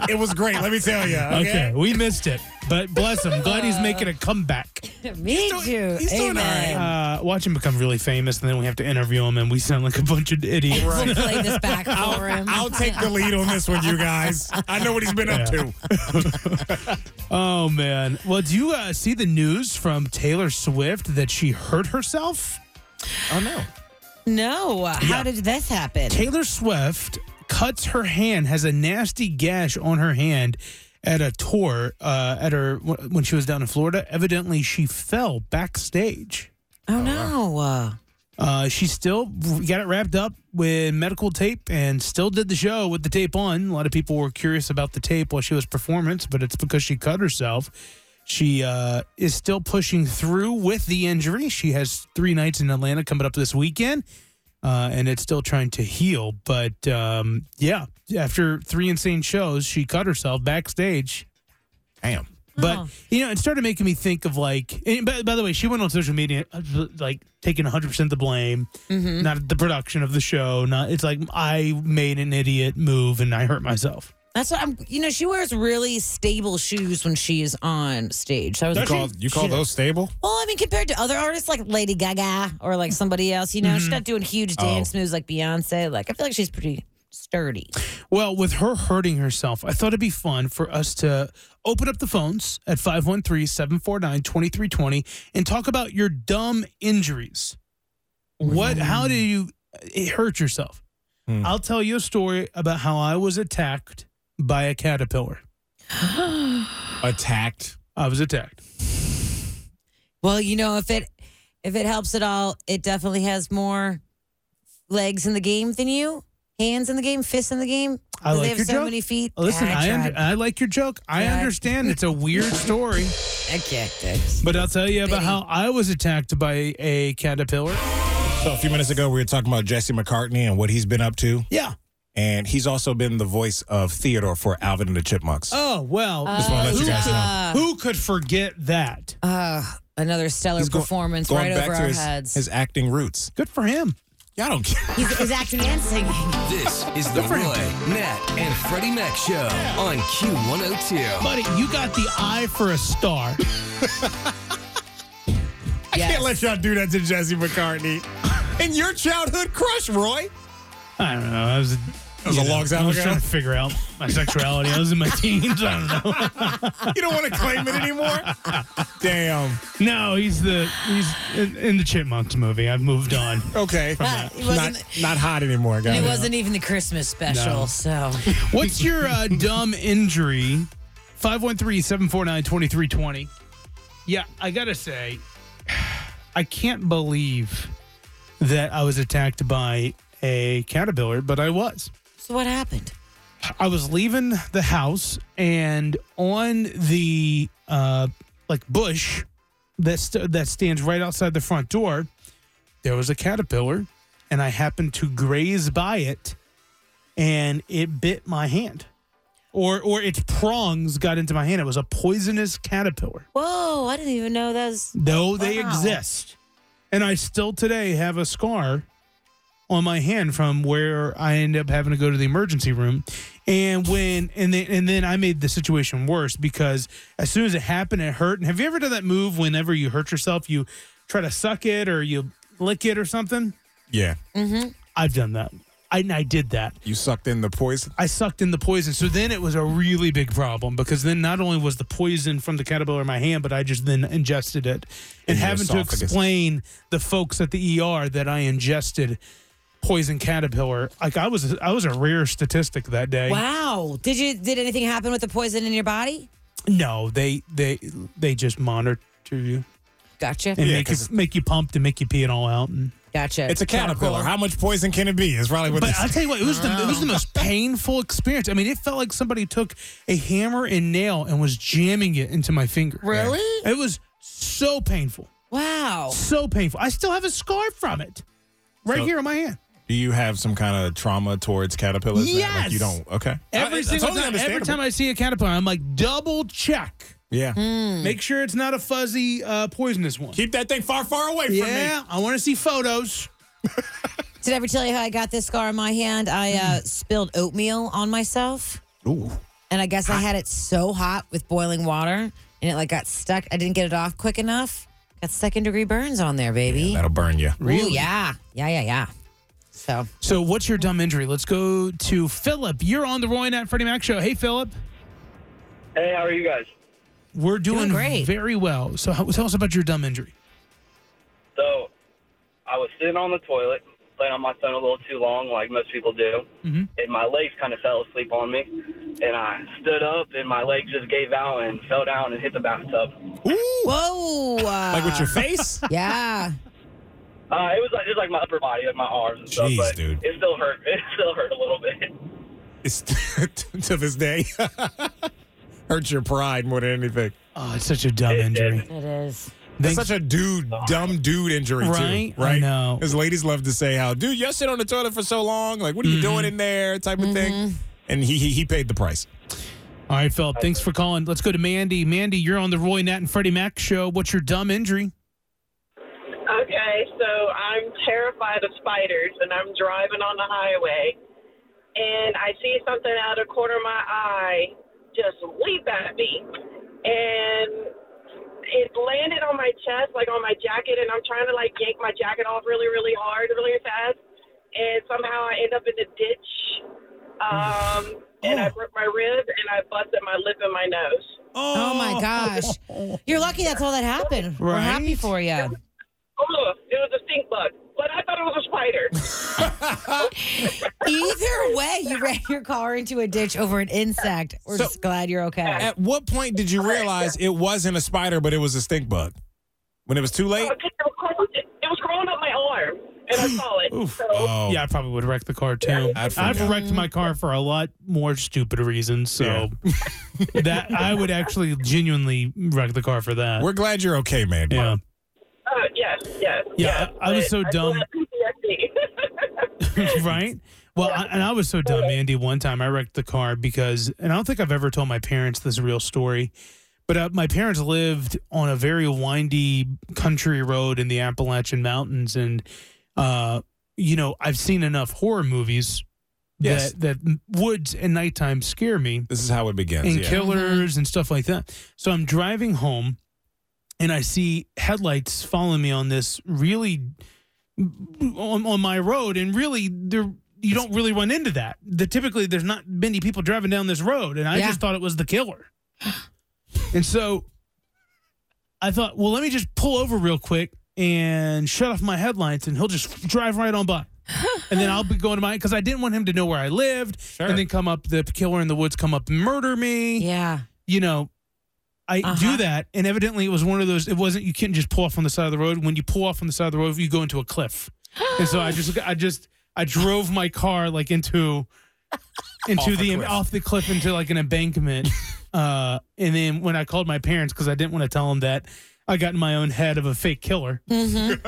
Speaker 4: It was great, let me tell you. Okay.
Speaker 2: okay, we missed it. But bless him. Glad he's making a comeback.
Speaker 3: Me
Speaker 4: doing-
Speaker 3: too.
Speaker 4: he's doing
Speaker 3: Amen.
Speaker 2: Uh, watch him become really famous, and then we have to interview him, and we sound like a bunch of idiots.
Speaker 3: We'll play this back for him.
Speaker 4: I'll take the lead on this one, you guys. I know what he's been up to.
Speaker 2: Oh, man. Well, do you uh, see the news from Taylor Swift that she hurt herself?
Speaker 4: Oh no.
Speaker 3: no. How did this happen?
Speaker 2: Taylor Swift cuts her hand, has a nasty gash on her hand at a tour uh, at her when she was down in Florida. Evidently, she fell backstage.
Speaker 3: Oh no. Uh,
Speaker 2: Uh, she still got it wrapped up with medical tape and still did the show with the tape on. A lot of people were curious about the tape while she was performance, but it's because she cut herself. She uh, is still pushing through with the injury. She has three nights in Atlanta coming up this weekend, uh, and it's still trying to heal. But um, yeah, after three insane shows, she cut herself backstage.
Speaker 4: Damn.
Speaker 2: But
Speaker 3: Oh.
Speaker 2: you know, it started making me think of like. And by, by the way, she went on social media uh, like taking 100 percent the blame, not the production of the show. Not it's like I made an idiot move and I hurt myself.
Speaker 3: that's what I'm. You know, she wears really stable shoes when she's on stage. So I was
Speaker 4: You
Speaker 3: like,
Speaker 4: call, you call those stable?
Speaker 3: Well, I mean, compared to other artists like Lady Gaga or like somebody else, you know, she's not doing huge dance moves like Beyonce. Like, I feel like she's pretty sturdy.
Speaker 2: Well, with her hurting herself, I thought it'd be fun for us to open up the phones at 513-749-2320 and talk about your dumb injuries. What? How do you uh, eh, hurt yourself? I'll tell you a story about how I was attacked by a caterpillar.
Speaker 4: attacked?
Speaker 2: I was attacked.
Speaker 3: Well, you know, if it if it helps at all, it definitely has more legs in the game than you, hands in the game, fists in the game.
Speaker 2: I
Speaker 3: They
Speaker 2: like
Speaker 3: have
Speaker 2: your
Speaker 3: so
Speaker 2: joke. Oh,
Speaker 3: many feet.
Speaker 2: Listen,
Speaker 3: Ah,
Speaker 2: I,
Speaker 3: tried.
Speaker 2: under- I like your joke. I
Speaker 3: Tried.
Speaker 2: understand it's a weird story.
Speaker 3: I can't.
Speaker 2: But I'll tell you about how I was attacked by a caterpillar.
Speaker 4: So a few minutes ago, we were talking about Jesse McCartney and what he's been up to.
Speaker 2: Yeah.
Speaker 4: And he's also been the voice of Theodore for Alvin and the Chipmunks.
Speaker 2: Oh well,
Speaker 3: Uh.
Speaker 4: Just wanna let you
Speaker 2: who,
Speaker 4: guys
Speaker 2: could,
Speaker 3: know.
Speaker 2: who could forget that?
Speaker 3: Uh, another stellar
Speaker 4: He's go-
Speaker 3: performance
Speaker 4: going
Speaker 3: right
Speaker 4: back
Speaker 3: over
Speaker 4: to
Speaker 3: our
Speaker 4: his,
Speaker 3: heads.
Speaker 4: his acting roots.
Speaker 2: Good for him.
Speaker 4: Y'all don't care.
Speaker 3: He's, he's acting and singing.
Speaker 1: This is the Roy, Nat, and Freddie Mac Show on Q102.
Speaker 2: Buddy, you got the eye for a star.
Speaker 4: I can't let y'all do that to Jesse McCartney. And your childhood crush, Roy.
Speaker 2: I don't know. I was. That
Speaker 4: was a long time
Speaker 2: I was
Speaker 4: ago.
Speaker 2: trying to figure out my sexuality. I was in my teens. I don't know.
Speaker 4: You don't want to claim it anymore? Damn.
Speaker 2: No, he's the he's in, in the Chipmunks movie. I've moved on.
Speaker 4: Okay.
Speaker 2: from that.
Speaker 3: It wasn't-
Speaker 4: Not, not hot anymore,
Speaker 3: And
Speaker 4: guys.
Speaker 3: it wasn't even the Christmas special,
Speaker 2: No.
Speaker 3: so
Speaker 2: What's your uh, dumb injury? 513-749-2320. Yeah, I got to say I can't believe that I was attacked by a caterpillar, but I was.
Speaker 3: so what happened?
Speaker 2: I was leaving the house and on the uh like bush that st- that stands right outside the front door, there was a caterpillar and I happened to graze by it and it bit my hand. Or or its prongs got into my hand. It was a poisonous caterpillar.
Speaker 3: Whoa, I didn't even know that was
Speaker 2: Though they
Speaker 3: Wow.
Speaker 2: exist. And I still today have a scar on my hand from where I ended up having to go to the emergency room. And when and then and then I made the situation worse because as soon as it happened, it hurt. And have you ever done that move whenever you hurt yourself, you try to suck it or you lick it or something?
Speaker 4: Yeah.
Speaker 2: I've done that. I, and I did that.
Speaker 4: You sucked in the poison.
Speaker 2: I sucked in the poison. So then it was a really big problem because then not only was the poison from the caterpillar in my hand, but I just then ingested it. And
Speaker 4: In your
Speaker 2: having to
Speaker 4: esophagus.
Speaker 2: explain the folks at the ER that I ingested poison caterpillar, like I was I was a rare statistic that day.
Speaker 3: Wow. Did you did anything happen with the poison in your body?
Speaker 2: No, they they they just monitor you
Speaker 3: Gotcha.
Speaker 2: and
Speaker 4: Yeah,
Speaker 2: make you
Speaker 4: 'cause-
Speaker 2: make you pumped and make you pee it all out. And,
Speaker 3: Gotcha.
Speaker 4: It's a caterpillar. How much poison can it be? Is probably what
Speaker 2: But
Speaker 4: this
Speaker 2: I'll tell you what, it was the it was the most painful experience. I mean, it felt like somebody took a hammer and nail and was jamming it into my finger.
Speaker 3: Really?
Speaker 2: It was so painful,
Speaker 3: Wow.
Speaker 2: so painful. I still have a scar from it, right
Speaker 4: So-
Speaker 2: here on my hand.
Speaker 4: Do you have some kind of trauma towards caterpillars? man? Like
Speaker 2: Yes.
Speaker 4: you don't. Okay.
Speaker 2: Every
Speaker 4: I- it's
Speaker 2: single
Speaker 4: totally
Speaker 2: time, every
Speaker 4: understandable.
Speaker 2: time I see a caterpillar, I'm like, double check,
Speaker 4: Yeah.
Speaker 3: Hmm.
Speaker 2: make sure it's not a fuzzy uh, poisonous one.
Speaker 4: Hmm. Keep that thing far, far away from me.
Speaker 2: Yeah, I want to see photos.
Speaker 3: Did I ever tell you how I got this scar on my hand? I uh, spilled oatmeal on myself.
Speaker 4: Hmm. Ooh.
Speaker 3: And I guess I had it so hot with boiling water and it like got stuck. I didn't get it off quick enough. Got second degree burns on there, baby.
Speaker 4: That'll burn you.
Speaker 3: Ooh, yeah. Yeah, yeah, yeah. So
Speaker 2: So, what's your dumb injury? Let's go to Philip. You're on the Roy Nat Freddie Mac show. Hey, Philip.
Speaker 11: Hey, how are you guys?
Speaker 2: We're doing,
Speaker 3: Doing great.
Speaker 2: very well. So how, tell us about your dumb injury.
Speaker 11: So, I was sitting on the toilet, playing on my phone a little too long, like most people do,
Speaker 4: Mm-hmm.
Speaker 2: Mhm.
Speaker 11: and my legs kind of fell asleep on me. And I stood up, and my legs just gave out and fell down and hit the bathtub.
Speaker 3: Whoa. uh,
Speaker 4: Like with your face?
Speaker 3: Yeah.
Speaker 11: Uh, it was like it was like my upper body, like my arms and
Speaker 4: Jeez,
Speaker 11: stuff, but
Speaker 4: dude.
Speaker 11: it still hurt. It still hurt a little bit.
Speaker 4: It's to this day. Hurts your pride more than anything.
Speaker 2: Oh, it's such a dumb injury.
Speaker 3: It is.
Speaker 4: That's
Speaker 2: Thanks-
Speaker 4: such a dude, dumb dude injury,
Speaker 2: Right?
Speaker 4: too.
Speaker 2: I know.
Speaker 4: Because ladies love to say how, dude, you're sitting on the toilet for so long. Like, what are you doing in there? Type of thing. And he, he he paid the price.
Speaker 2: All right, Philip. Thanks for calling. Let's go to Mandy. Mandy, you're on the Roy Nat and Freddie Mac show. What's your dumb injury?
Speaker 12: Okay, so I'm terrified of spiders, and I'm driving on the highway, and I see something out of the corner of my eye just leap at me, and it landed on my chest, like on my jacket, and I'm trying to like yank my jacket off really, really hard, really fast, and somehow I end up in the ditch, um, and I broke my rib, and I busted my lip and my nose.
Speaker 3: Oh my gosh. You're lucky that's all that happened. We're happy
Speaker 2: Right?
Speaker 3: for you.
Speaker 12: Ugh, it was a stink bug, but I thought it was a spider. spider.
Speaker 3: Either way, you ran your car into a ditch over an insect. We're
Speaker 4: So-
Speaker 3: just glad you're okay.
Speaker 4: At what point did you realize it wasn't a spider, but it was a stink bug? When it was too late?
Speaker 12: It was crawling- it was crawling up my arm, and I saw it. So
Speaker 13: Oh,
Speaker 2: Yeah, I probably would wreck the car too.
Speaker 4: Oh. I'd
Speaker 2: I've
Speaker 4: forget.
Speaker 2: wrecked my car for a lot more stupid reasons, so that I would actually genuinely wreck the car for that.
Speaker 4: We're glad you're okay, man.
Speaker 2: Yeah.
Speaker 12: uh, yes, yes.
Speaker 2: Yeah, I, I was so dumb, right? Well, I, and I was so dumb, Andy. One time I wrecked the car because, and I don't think I've ever told my parents this real story, but uh, my parents lived on a very windy country road in the Appalachian Mountains, and uh, you know I've seen enough horror movies
Speaker 4: Yes.
Speaker 2: that that woods and nighttime scare me
Speaker 4: This is how it begins.
Speaker 2: and
Speaker 4: yeah.
Speaker 2: killers and stuff like that. So I'm driving home and I see headlights following me on this really on, on my road and really there you don't really run into that. The typically there's not many people driving down this road and I
Speaker 3: Yeah.
Speaker 2: just thought it was the killer. and so I thought, well, let me just pull over real quick and shut off my headlights, and he'll just drive right on by. and then I'll be going to my because I didn't want him to know where I lived, and then come up the killer in the woods, come up and murder me.
Speaker 3: Yeah,
Speaker 2: you know, I do that, and evidently it was one of those. It wasn't you couldn't just pull off on the side of the road. When you pull off on the side of the road, you go into a cliff, and so I just I just I drove my car like into into
Speaker 10: Off a
Speaker 2: the
Speaker 10: cliff.
Speaker 2: off the cliff into like an embankment. Uh, and then when I called my parents because I didn't want to tell them that I got in my own head of a fake killer,
Speaker 3: Mm-hmm.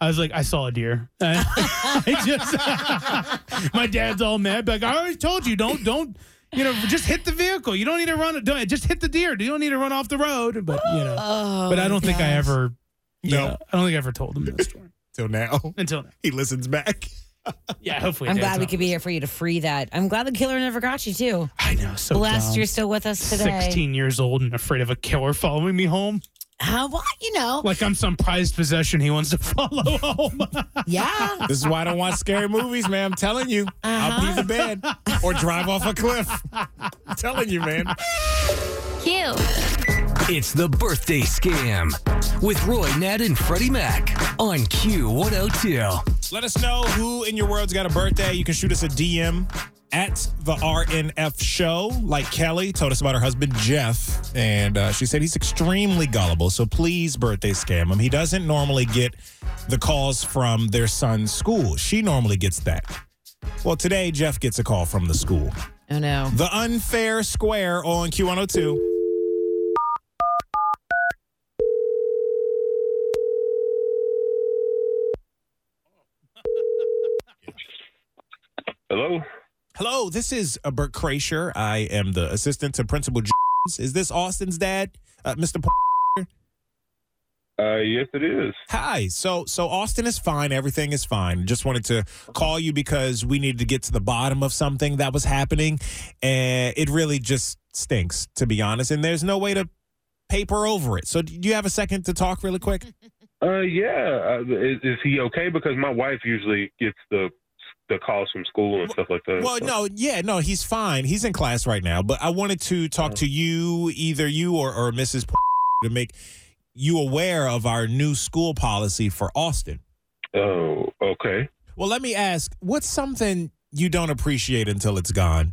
Speaker 2: I was like, I saw a deer. I, I just my dad's all mad, but like I already told you, don't don't you know just hit the vehicle. You don't need to run. it. Don't just hit the deer. You don't need to run off the road. But you know,
Speaker 3: Oh,
Speaker 2: but I don't think I
Speaker 3: gosh.
Speaker 2: ever. No, I don't think I ever told him that story
Speaker 4: till now.
Speaker 2: Until now,
Speaker 4: he listens back.
Speaker 2: yeah, hopefully.
Speaker 3: I'm glad we could be here for you to free that. I'm glad the killer never got you too.
Speaker 2: I know. So
Speaker 3: blessed
Speaker 2: dumb.
Speaker 3: you're still with us today.
Speaker 2: 16 years old and afraid of a killer following me home.
Speaker 3: How? Well, Uh, you know.
Speaker 2: Like I'm some prized possession he wants to follow home.
Speaker 3: yeah.
Speaker 4: This is why I don't watch scary movies, man. I'm telling you. I'll be the bed or drive off a cliff. I'm telling you, man.
Speaker 10: Cute.
Speaker 1: It's the birthday scam with Roy, Nat, and Freddie Mac on Q102.
Speaker 4: Let us know who in your world's got a birthday. You can shoot us a DM at the RNF show. Like Kelly told us about her husband, Jeff, and uh, she said he's extremely gullible. So please, birthday scam him. He doesn't normally get the calls from their son's school, she normally gets that. Well, today, Jeff gets a call from the school.
Speaker 3: Oh, no.
Speaker 4: The unfair square on Q102.
Speaker 13: Hello.
Speaker 4: Hello, this is uh, Bert Crasher. I am the assistant to Principal. Jones. Is this Austin's dad, uh, Mr. P-
Speaker 13: Uh, yes, it is.
Speaker 4: Hi. So, so Austin is fine. Everything is fine. Just wanted to call you because we needed to get to the bottom of something that was happening, and it really just stinks, to be honest. And there's no way to paper over it. So, do you have a second to talk really quick?
Speaker 13: Uh, yeah. Uh, is, is he okay? Because my wife usually gets the the calls from school and stuff like that.
Speaker 4: Well,
Speaker 13: so-
Speaker 4: no, yeah, no, he's fine. He's in class right now, but I wanted to talk to you, either you or, or Mrs. to make you aware of our new school policy for Austin.
Speaker 13: Oh, okay.
Speaker 4: Well, let me ask, what's something you don't appreciate until it's gone?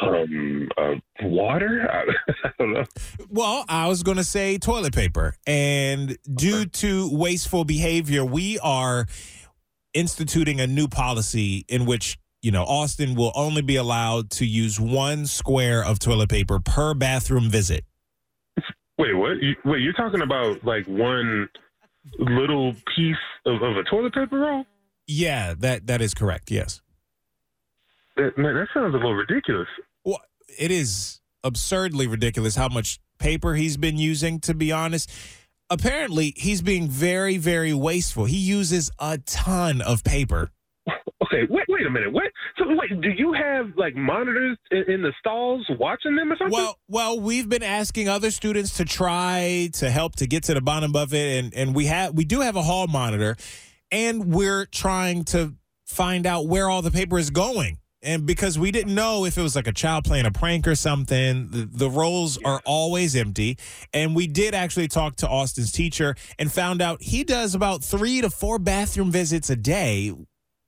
Speaker 13: Um, uh, water. I, I don't know.
Speaker 4: Well, I was going to say toilet paper. And due to wasteful behavior, we are instituting a new policy in which, you know, Austin will only be allowed to use one square of toilet paper per bathroom visit.
Speaker 13: Wait, what? You, wait, you're talking about like one little piece of, of a toilet paper roll?
Speaker 4: Yeah, that that is correct. Yes.
Speaker 13: That, man, that sounds a little ridiculous.
Speaker 4: Well, it is absurdly ridiculous how much paper he's been using, to be honest. Apparently, he's being very, very wasteful. He uses a ton of paper.
Speaker 13: Okay, wait, wait a minute. What? So, wait, do you have like monitors in, in the stalls watching them or something?
Speaker 4: Well, well, we've been asking other students to try to help to get to the bottom of it, and and we have we do have a hall monitor, and we're trying to find out where all the paper is going. And because we didn't know if it was like a child playing a prank or something, the, the roles are always empty. And we did actually talk to Austin's teacher and found out he does about three to four bathroom visits a day,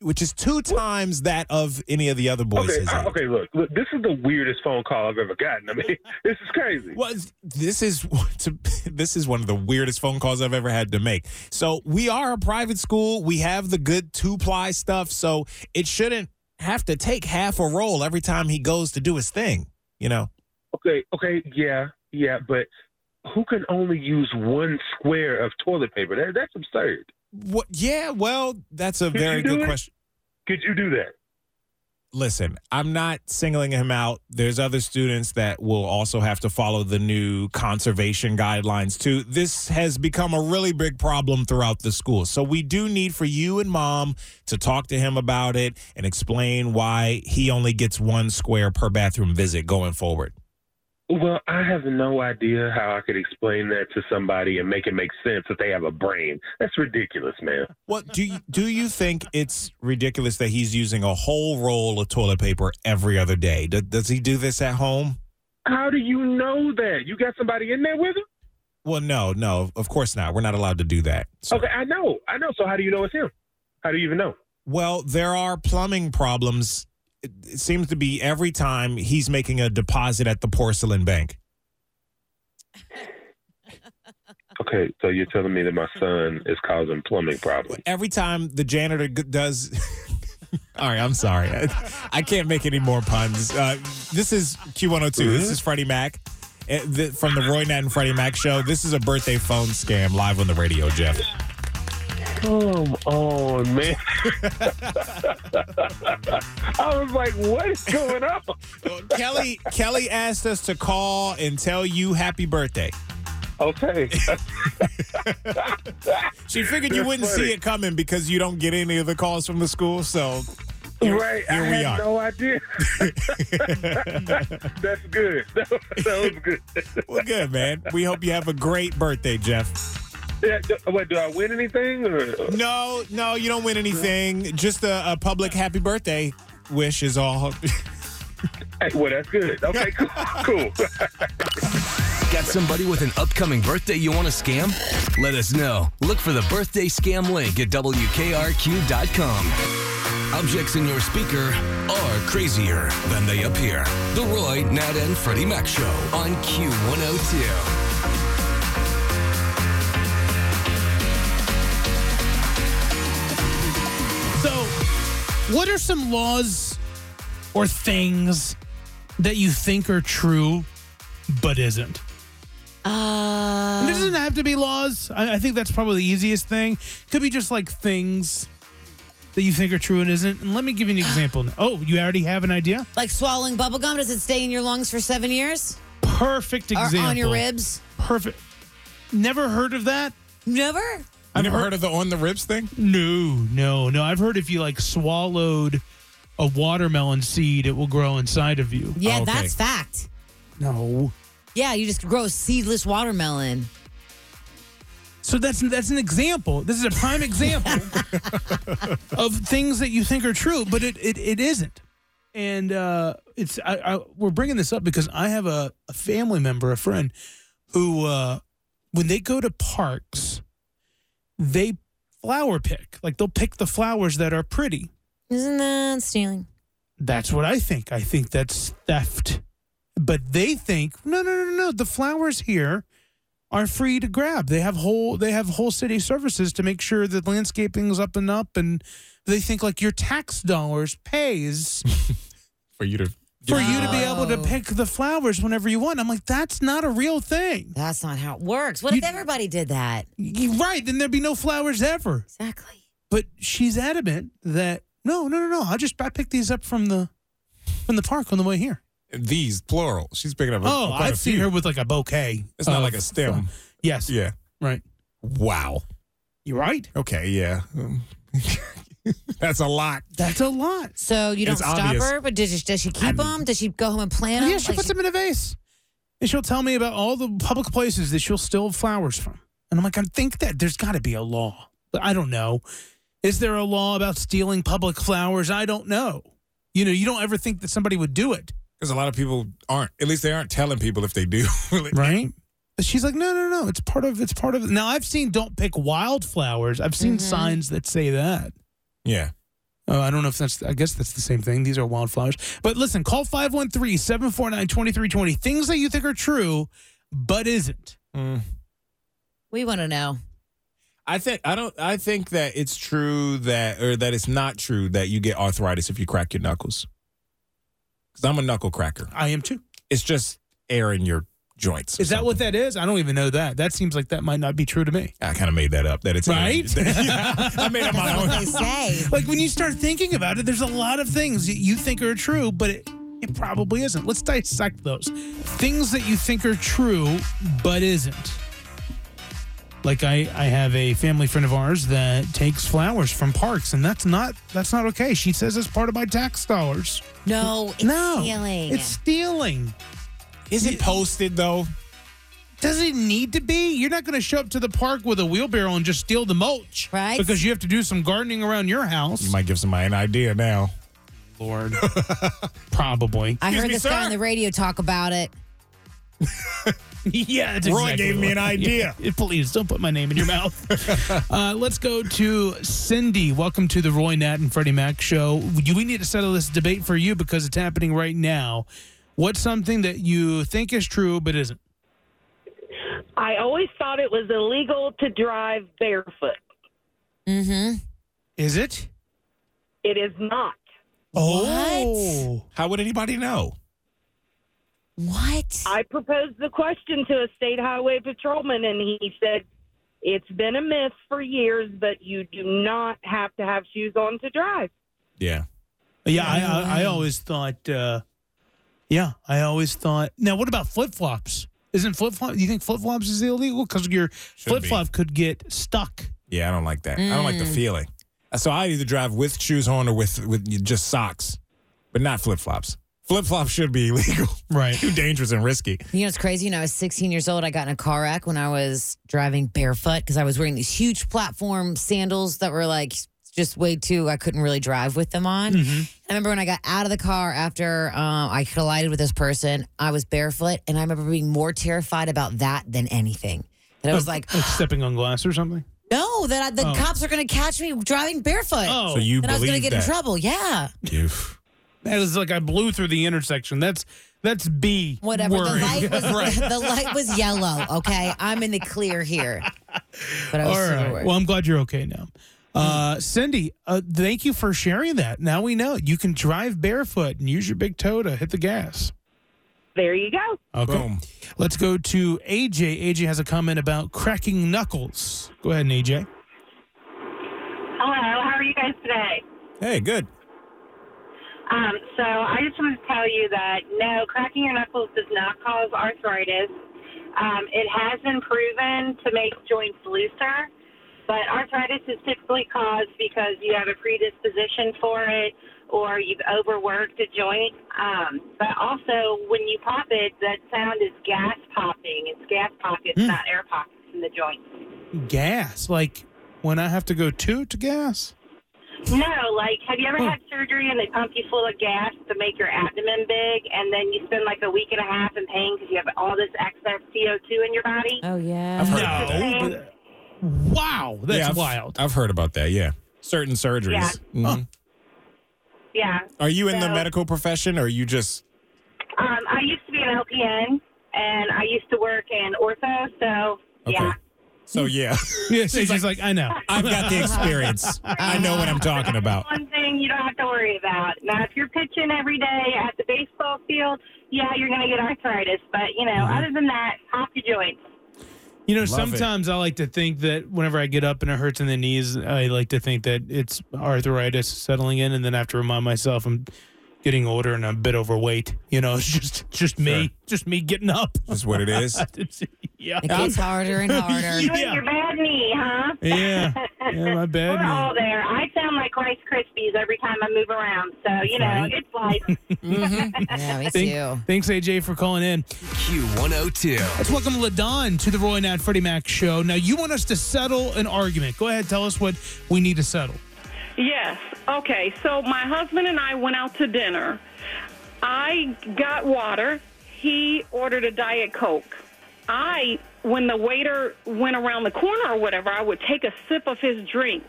Speaker 4: which is two times that of any of the other boys.
Speaker 13: Okay,
Speaker 4: his
Speaker 13: I-
Speaker 4: age.
Speaker 13: okay, look, look, this is the weirdest phone call I've ever gotten. I mean, this is crazy.
Speaker 4: Well, it's- this is to, this is one of the weirdest phone calls I've ever had to make. So we are a private school. We have the good two ply stuff, so it shouldn't have to take half a roll every time he goes to do his thing. You know.
Speaker 13: Okay, okay, yeah, yeah, but who can only use one square of toilet paper? That, that's absurd.
Speaker 4: What? Yeah. Well, that's a
Speaker 13: Could
Speaker 4: very
Speaker 13: you do
Speaker 4: good
Speaker 13: it?
Speaker 4: question.
Speaker 13: Could you do that?
Speaker 4: Listen, I'm not singling him out. There's other students that will also have to follow the new conservation guidelines too. This has become a really big problem throughout the school. So we do need for you and mom to talk to him about it and explain why he only gets one square per bathroom visit going forward.
Speaker 13: Well, I have no idea how I could explain that to somebody and make it make sense that they have a brain. That's ridiculous, man.
Speaker 4: What do you, do you think it's ridiculous that he's using a whole roll of toilet paper every other day? Do- Does he do this at home?
Speaker 13: How do you know that? You got somebody in there with him?
Speaker 4: Well, no, no, of course not. We're not allowed to do that.
Speaker 13: Okay, I know. I know. So how do you know it's him? How do you even know?
Speaker 4: Well, there are plumbing problems. It it seems to be every time he's making a deposit at the porcelain bank.
Speaker 13: Okay, so you're telling me that my son is causing plumbing problems.
Speaker 4: Every time the janitor g- does. All right, I'm sorry. I, I can't make any more puns. Uh, this is Q102. This is Freddie Mac uh, the, from the Roy Nat and Freddie Mac show. This is a birthday phone scam live on the radio, Jeff.
Speaker 13: Come on, man. I was like, what is going on?
Speaker 4: Kelly Kelly asked us to call and tell you happy birthday.
Speaker 13: Okay.
Speaker 4: she figured you
Speaker 13: That's
Speaker 4: wouldn't
Speaker 13: funny.
Speaker 4: see it coming because you don't get any of the calls from the school. So here,
Speaker 13: right,
Speaker 4: here
Speaker 13: I
Speaker 4: we
Speaker 13: had
Speaker 4: are.
Speaker 13: no idea. That's good. That was, that was good.
Speaker 4: Well, good man. We hope you have a great birthday, Jeff.
Speaker 13: Yeah, do, wait, do I win anything? Or?
Speaker 4: No, no, you don't win anything. Just a, a public happy birthday wish is all.
Speaker 13: Hey, well, that's good. Okay, cool. cool.
Speaker 1: Got somebody with an upcoming birthday you want to scam? Let us know. Look for the birthday scam link at WKRQ.com. Objects in your speaker are crazier than they appear. The Roy, Nat, and Freddie Mac Show on Q102.
Speaker 2: So, what are some laws or things that you think are true but isn't? Uh, it doesn't have to be laws. I, I think that's probably the easiest thing. Could be just like things that you think are true and isn't. And let me give you an example. Oh, you already have an idea?
Speaker 3: Like swallowing bubble gum, does it stay in your lungs for seven years?
Speaker 2: Perfect example.
Speaker 3: Or on your ribs?
Speaker 2: Perfect. Never heard of that?
Speaker 3: Never?
Speaker 4: I've never heard, of the on the ribs thing.
Speaker 2: No, no, no. I've heard if you like swallowed a watermelon seed, it will grow inside of you.
Speaker 3: Yeah, that's fact.
Speaker 2: No.
Speaker 3: Yeah, you just grow a seedless watermelon.
Speaker 2: So that's that's an example. This is a prime example of things that you think are true, but it it, it isn't. And uh, it's I, I, we're bringing this up because I have a, a family member, a friend, who uh, when they go to parks, they flower pick. Like they'll pick the flowers that are pretty.
Speaker 3: Isn't that stealing?
Speaker 2: That's what I think. I think that's theft. But they think no, no, no, no. The flowers here are free to grab. They have whole they have whole city services to make sure that landscaping's up and up, and they think like your tax dollars pays
Speaker 4: For you to
Speaker 2: for you to be able to pick the flowers whenever you want. I'm like, that's not a real thing.
Speaker 3: That's not how it works. What if everybody did that?
Speaker 2: You're right, then there'd be no flowers ever.
Speaker 3: Exactly.
Speaker 2: But she's adamant that no, no, no, no. I just I picked these up from the from the park on the way here.
Speaker 4: These plural. She's picking up. A,
Speaker 2: Oh,
Speaker 4: quite a
Speaker 2: I've seen
Speaker 4: few.
Speaker 2: her with like a bouquet.
Speaker 4: It's not
Speaker 2: of-
Speaker 4: like a stem.
Speaker 2: Yes.
Speaker 4: Yeah.
Speaker 2: Right.
Speaker 4: Wow.
Speaker 2: You're right.
Speaker 4: Okay. Yeah. Um, that's a lot.
Speaker 2: That's a lot.
Speaker 3: So you don't
Speaker 4: It's
Speaker 3: stop
Speaker 4: obvious.
Speaker 3: her, but does she, does she keep them? Does she go home and plant them?
Speaker 2: Yeah, she puts them in a vase. And she'll tell me about all the public places that she'll steal flowers from. And I'm like, I think that there's got to be a law. But I don't know. Is there a law about stealing public flowers? I don't know. You know, you don't ever think that somebody would do it.
Speaker 4: Because a lot of people aren't. At least they aren't telling people if they do.
Speaker 2: right? But she's like, no, no, no. It's part of. It's part of. Now I've seen don't pick wildflowers. I've seen signs that say that.
Speaker 4: Yeah.
Speaker 2: Uh, I don't know if that's, I guess that's the same thing. These are wildflowers. But listen, call 513 749 2320. Things that you think are true, but isn't.
Speaker 3: We want to know.
Speaker 4: I think I don't. I think that it's true that, or that it's not true that you get arthritis if you crack your knuckles. Because I'm a knuckle cracker.
Speaker 2: I am too.
Speaker 4: It's just air in your joints.
Speaker 2: Is that what that is? I don't even know that. That seems like that might not be true to me.
Speaker 4: I kind of made that up. That it's
Speaker 2: Right?
Speaker 4: I made up my own.
Speaker 3: say.
Speaker 2: Like when you start thinking about it, there's a lot of things that you think are true, but it, it probably isn't. Let's dissect those. Things that you think are true, but isn't. Like I, I have a family friend of ours that takes flowers from parks, and that's not that's not okay. She says it's part of my tax dollars.
Speaker 3: No, it's stealing.
Speaker 2: It's stealing.
Speaker 4: Is it posted though?
Speaker 2: Does it need to be? You're not going to show up to the park with a wheelbarrow and just steal the mulch,
Speaker 3: right?
Speaker 2: Because you have to do some gardening around your house.
Speaker 4: You might give somebody an idea now.
Speaker 2: Lord, probably.
Speaker 3: I
Speaker 4: Excuse
Speaker 3: heard
Speaker 4: me,
Speaker 3: this guy on the radio talk about it.
Speaker 2: yeah, that's
Speaker 4: Roy
Speaker 2: exactly
Speaker 4: gave me
Speaker 2: what-
Speaker 4: an idea.
Speaker 2: Yeah. Please don't put my name in your mouth. uh, let's go to Cindy. Welcome to the Roy Nat and Freddie Mac show. Do we need to settle this debate for you because it's happening right now? What's something that you think is true but isn't?
Speaker 14: I always thought it was illegal to drive barefoot.
Speaker 3: Mm-hmm.
Speaker 2: Is it?
Speaker 14: It is not.
Speaker 2: Oh,
Speaker 4: how would anybody know?
Speaker 3: What?
Speaker 14: I proposed the question to a state highway patrolman, and he said, It's been a myth for years, but you do not have to have shoes on to drive.
Speaker 4: Yeah.
Speaker 2: Yeah, I, I, I always thought. Uh, yeah, I always thought. Now, what about flip flops? Isn't flip flop? You think flip flops is illegal because your flip flop could get stuck?
Speaker 4: Yeah, I don't like that. I don't like the
Speaker 2: Mm.
Speaker 4: feeling. Uh, So I either drive with shoes on or with with just socks, but not flip flops. Flip flops should be illegal.
Speaker 2: Right.
Speaker 4: Too dangerous and risky.
Speaker 3: You know, it's crazy. You know, I was 16 years old. I got in a car wreck when I was driving barefoot because I was wearing these huge platform sandals that were like just way too, I couldn't really drive with them on.
Speaker 2: Mm-hmm.
Speaker 3: I remember when I got out of the car after um, I collided with this person, I was barefoot. And I remember being more terrified about that than anything. And I was like,
Speaker 2: stepping on glass or something.
Speaker 3: no, that I, the
Speaker 2: Oh.
Speaker 3: cops are going to catch me driving barefoot.
Speaker 2: Oh. So you
Speaker 3: Then I was gonna
Speaker 2: believe
Speaker 3: get
Speaker 2: that.
Speaker 3: in trouble. Yeah.
Speaker 2: That is like I blew through the intersection. That's that's B.
Speaker 3: Whatever.
Speaker 2: worry.
Speaker 3: The light was
Speaker 2: Right.
Speaker 3: the light was yellow. Okay, I'm in the clear here. But I
Speaker 2: All
Speaker 3: was super
Speaker 2: right.
Speaker 3: worried.
Speaker 2: Well, I'm glad you're okay now. Uh, Cindy, uh, thank you for sharing that. Now we know you can drive barefoot and use your big toe to hit the gas.
Speaker 14: There you go.
Speaker 2: Okay. Let's go to AJ. AJ has a comment about cracking knuckles. Go ahead, AJ.
Speaker 15: Hello, how are you guys today?
Speaker 4: Hey, good.
Speaker 15: Um, so I just wanted to tell you that no, cracking your knuckles does not cause arthritis. Um, it has been proven to make joints looser, but arthritis is typically caused because you have a predisposition for it or you've overworked a joint. Um, but also, when you pop it, that sound is gas popping. It's gas pockets,
Speaker 2: Hmm.
Speaker 15: not air pockets in the joint.
Speaker 2: Gas. Like when I have to go two to gas?
Speaker 15: No, like, have you ever had surgery and they pump you full of gas to make your abdomen big, and then you spend like a week and a half in pain because you have all this excess CO2 in your body?
Speaker 3: Oh yeah.
Speaker 4: I've heard about that.
Speaker 2: Wow, Oh, that's
Speaker 4: Yeah, I've-
Speaker 2: wild.
Speaker 4: I've heard about that. Yeah. Certain surgeries.
Speaker 15: Yeah.
Speaker 4: Mhm.
Speaker 15: Yeah.
Speaker 4: Are you in the
Speaker 15: So,
Speaker 4: medical profession or are you just
Speaker 15: Um, I used to be an LPN, and I used to work in ortho, so
Speaker 4: Okay.
Speaker 15: yeah.
Speaker 4: so yeah?
Speaker 2: Yeah, she's just like, I know.
Speaker 4: I've got the experience. I know what I'm talking about.
Speaker 15: One thing you don't have to worry about. Now, if you're pitching every day at the baseball field, yeah, you're going to get arthritis. But, you know, other than that, pop your joints.
Speaker 2: You know,
Speaker 15: Love it.
Speaker 2: sometimes I like to think that whenever I get up and it hurts in the knees, I like to think that it's arthritis settling in, and then I have to remind myself I'm getting older and I'm a bit overweight. You know, it's just just me, just me getting up.
Speaker 4: That's what it is.
Speaker 2: yeah,
Speaker 3: It gets harder and harder.
Speaker 15: You and your bad knee, huh?
Speaker 2: yeah, yeah, my
Speaker 15: We're
Speaker 2: bad.
Speaker 15: all there. I sound like Rice Krispies every time I move around. So, you know,
Speaker 2: Right.
Speaker 15: it's life.
Speaker 3: Yeah, me
Speaker 2: Thank-
Speaker 3: too.
Speaker 2: Thanks, AJ, for calling in.
Speaker 1: Q102.
Speaker 2: Let's welcome LaDon to the Roy and Nat Freddie Mac show. Now, you want us to settle an argument. Go ahead, tell us what we need to settle.
Speaker 16: Yes. Okay. So my husband and I went out to dinner. I got water. He ordered a Diet Coke. I, when the waiter went around the corner or whatever, I would take a sip of his drink.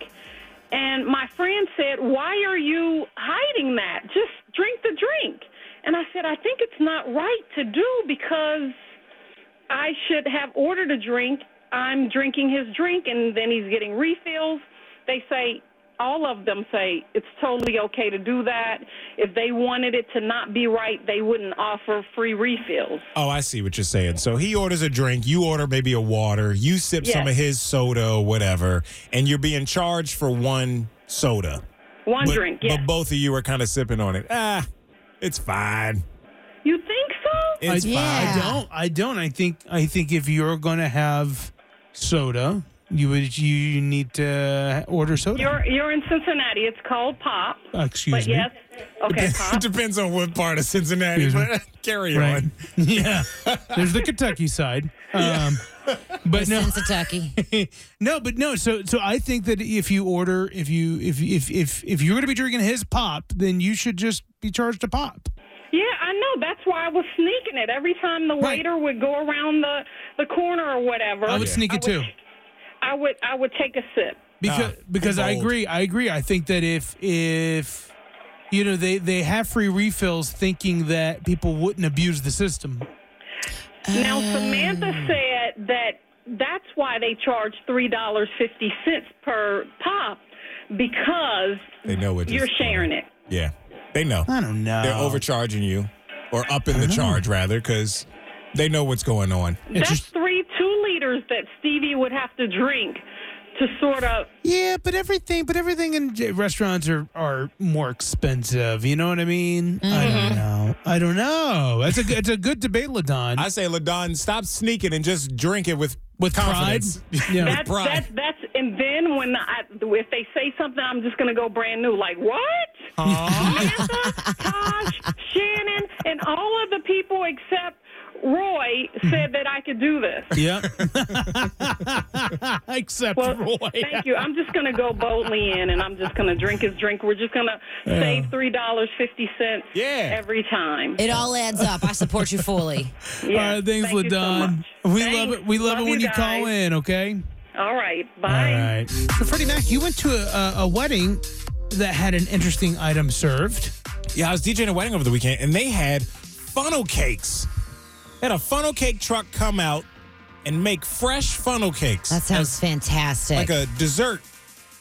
Speaker 16: And my friend said, Why are you hiding that? Just drink the drink. And I said, I think it's not right to do because I should have ordered a drink. I'm drinking his drink, and then he's getting refills. They say, all of them say it's totally okay to do that. If they wanted it to not be right, they wouldn't offer free refills.
Speaker 4: Oh, I see what you're saying. So he orders a drink, you order maybe a water, you sip some
Speaker 16: Yes.
Speaker 4: of his soda, whatever, and you're being charged for one soda.
Speaker 16: One
Speaker 4: But-
Speaker 16: drink, yes.
Speaker 4: But both of you are kind of sipping on it. Ah, it's fine.
Speaker 16: You think so?
Speaker 2: I, I don't. I don't. I think. I think if you're going to have soda, you would. You, you need to order soda.
Speaker 16: You're you're in Cincinnati. It's called Pop.
Speaker 2: Uh,
Speaker 16: but
Speaker 2: excuse me.
Speaker 16: yes, okay, Pop.
Speaker 4: Depends on what part of Cincinnati,
Speaker 2: Excuse me.
Speaker 4: but carry
Speaker 2: Mm-hmm. Right.
Speaker 4: on.
Speaker 2: Yeah. There's the Kentucky side. Um, but no, Kentucky. no, but no. So, so I think that if you order, if you, if, if, if, if you're going to be drinking his pop, then you should just be charged a pop.
Speaker 16: Yeah, I know. That's why I was sneaking it every time the waiter would go around the the corner or whatever.
Speaker 2: I would sneak it too.
Speaker 16: I would I would take a sip.
Speaker 2: because because I agree. I agree. I think that if if you know they they have free refills, thinking that people wouldn't abuse the system.
Speaker 16: Now Samantha said that that's why they charge three dollars fifty cents per pop because
Speaker 4: They know what
Speaker 16: you're
Speaker 4: this-
Speaker 16: sharing it.
Speaker 4: Yeah, they know.
Speaker 2: I don't know.
Speaker 4: They're overcharging you, or upping the charge rather, because they know what's going on.
Speaker 16: That's three two liters that Stevie would have to drink to sort of
Speaker 2: Yeah, but everything, but everything in j- restaurants are are more expensive. You know what I mean? I
Speaker 16: Mm-hmm.
Speaker 2: don't know. I don't know. That's a good- it's a good debate, Ladon.
Speaker 4: I say, Ladon, stop sneaking and just drink it with
Speaker 2: With pride?
Speaker 4: confidence.
Speaker 2: Yeah.
Speaker 4: with
Speaker 16: That's, that's that's and then when I, if they say something, I'm just gonna go brand new. Like what? Samantha, Tosh, Shannon, and all of the people except Roy said that I could do this.
Speaker 2: Yep. Except
Speaker 16: well,
Speaker 2: Roy.
Speaker 16: Thank you. I'm just gonna go boldly in, and I'm just gonna drink his drink. We're just gonna
Speaker 2: Yeah.
Speaker 16: save three dollars fifty cents every time.
Speaker 3: It all adds up. I support you fully.
Speaker 16: Yeah,
Speaker 2: All right, thanks,
Speaker 16: thank you so
Speaker 2: Ladon.
Speaker 16: much.
Speaker 2: we
Speaker 16: Thanks.
Speaker 2: love it. We love,
Speaker 16: Love
Speaker 2: it when
Speaker 16: you
Speaker 2: you call
Speaker 16: guys.
Speaker 2: in. Okay.
Speaker 16: All right. Bye.
Speaker 2: All right. So, Freddie Mac, you went to a, a, a wedding that had an interesting item served.
Speaker 4: Yeah, I was DJing a wedding over the weekend, and they had funnel cakes. They had a funnel cake truck come out and make fresh funnel cakes.
Speaker 3: That sounds fantastic.
Speaker 4: like a dessert.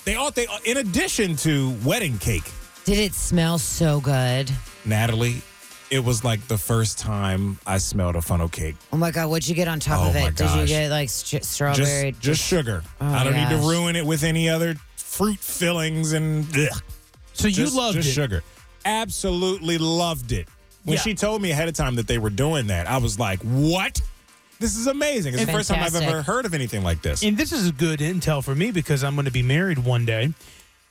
Speaker 4: They all they in addition to wedding cake.
Speaker 3: Did it smell so good?
Speaker 4: Natalie, it was like the first time I smelled a funnel cake.
Speaker 3: Oh my God, what'd you get on top
Speaker 4: Oh
Speaker 3: of
Speaker 4: my
Speaker 3: it? Did you
Speaker 4: gosh.
Speaker 3: get like st- strawberry?
Speaker 4: Just, just sugar.
Speaker 3: Oh,
Speaker 4: I don't need to
Speaker 3: gosh.
Speaker 4: ruin it with any other fruit fillings and. Ugh.
Speaker 2: So you
Speaker 4: Just-
Speaker 2: loved
Speaker 4: just
Speaker 2: it.
Speaker 4: sugar. Absolutely loved it. When
Speaker 2: Yeah.
Speaker 4: she told me ahead of time that they were doing that, I was like, "What? This is amazing! It's the first time I've
Speaker 2: Fantastic.
Speaker 4: ever heard of anything like this."
Speaker 2: And this is good intel for me because I'm going to be married one day.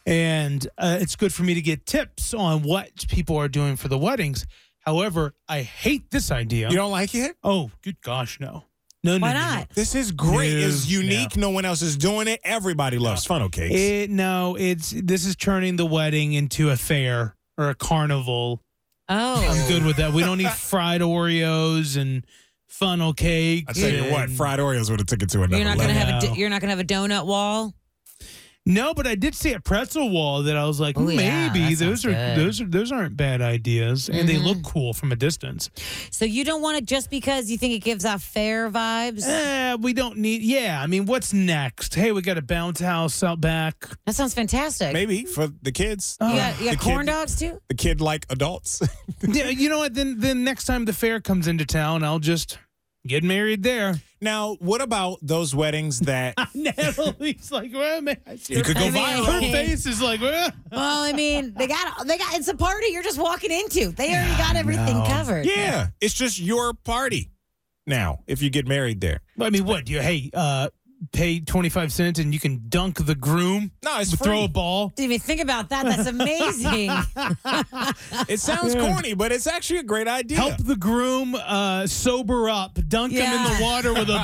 Speaker 2: And uh, it's good for me to get tips on what people are doing for the weddings. However, I hate this idea.
Speaker 4: You don't like it?
Speaker 2: Oh, good gosh, no. No, no, no, no, no.
Speaker 4: This is great.
Speaker 2: No,
Speaker 4: it's unique. No. one else is doing it. Everybody loves funnel cakes.
Speaker 2: It, no, it's this is turning the wedding into a fair or a carnival.
Speaker 3: Oh,
Speaker 2: I'm good with that. We don't need fried Oreos and funnel cake.
Speaker 4: I tell you what, fried Oreos would have took it to another
Speaker 3: you're not gonna
Speaker 4: level.
Speaker 3: have a d- you're not gonna have a donut wall.
Speaker 2: No, but I did see a pretzel wall that I was like,
Speaker 3: Ooh, yeah,
Speaker 2: maybe
Speaker 3: that sounds
Speaker 2: those are
Speaker 3: good.
Speaker 2: those are those aren't bad ideas, and they look cool from a distance.
Speaker 3: So you don't want it just because you think it gives off fair vibes.
Speaker 2: Eh, we don't need. Yeah, I mean, what's next? Hey, we got a bounce house out back.
Speaker 3: That sounds fantastic.
Speaker 4: Maybe for the kids.
Speaker 3: You got, you
Speaker 4: The
Speaker 3: got corn
Speaker 4: kid-
Speaker 3: dogs too.
Speaker 4: The kid like adults.
Speaker 2: yeah, you know what? Then then next time the fair comes into town, I'll just get married there.
Speaker 4: now, what about those weddings that
Speaker 2: Natalie's like, well, man,
Speaker 4: You could go viral.
Speaker 2: Her face is like, well.
Speaker 3: Well, I mean, they got they got it's a party you're just walking into. They already got everything covered.
Speaker 4: Yeah, it's just your party now if you get married there.
Speaker 2: I mean, what? You hey, uh, pay 25 cents and you can dunk the groom.
Speaker 4: No, it's
Speaker 2: Throw
Speaker 4: free.
Speaker 2: a ball.
Speaker 3: Didn't even think about that. That's amazing.
Speaker 4: It sounds
Speaker 2: Yeah.
Speaker 4: corny, but it's actually a great idea.
Speaker 2: Help the groom uh, sober up. Dunk him in
Speaker 4: Yeah.
Speaker 2: the water with a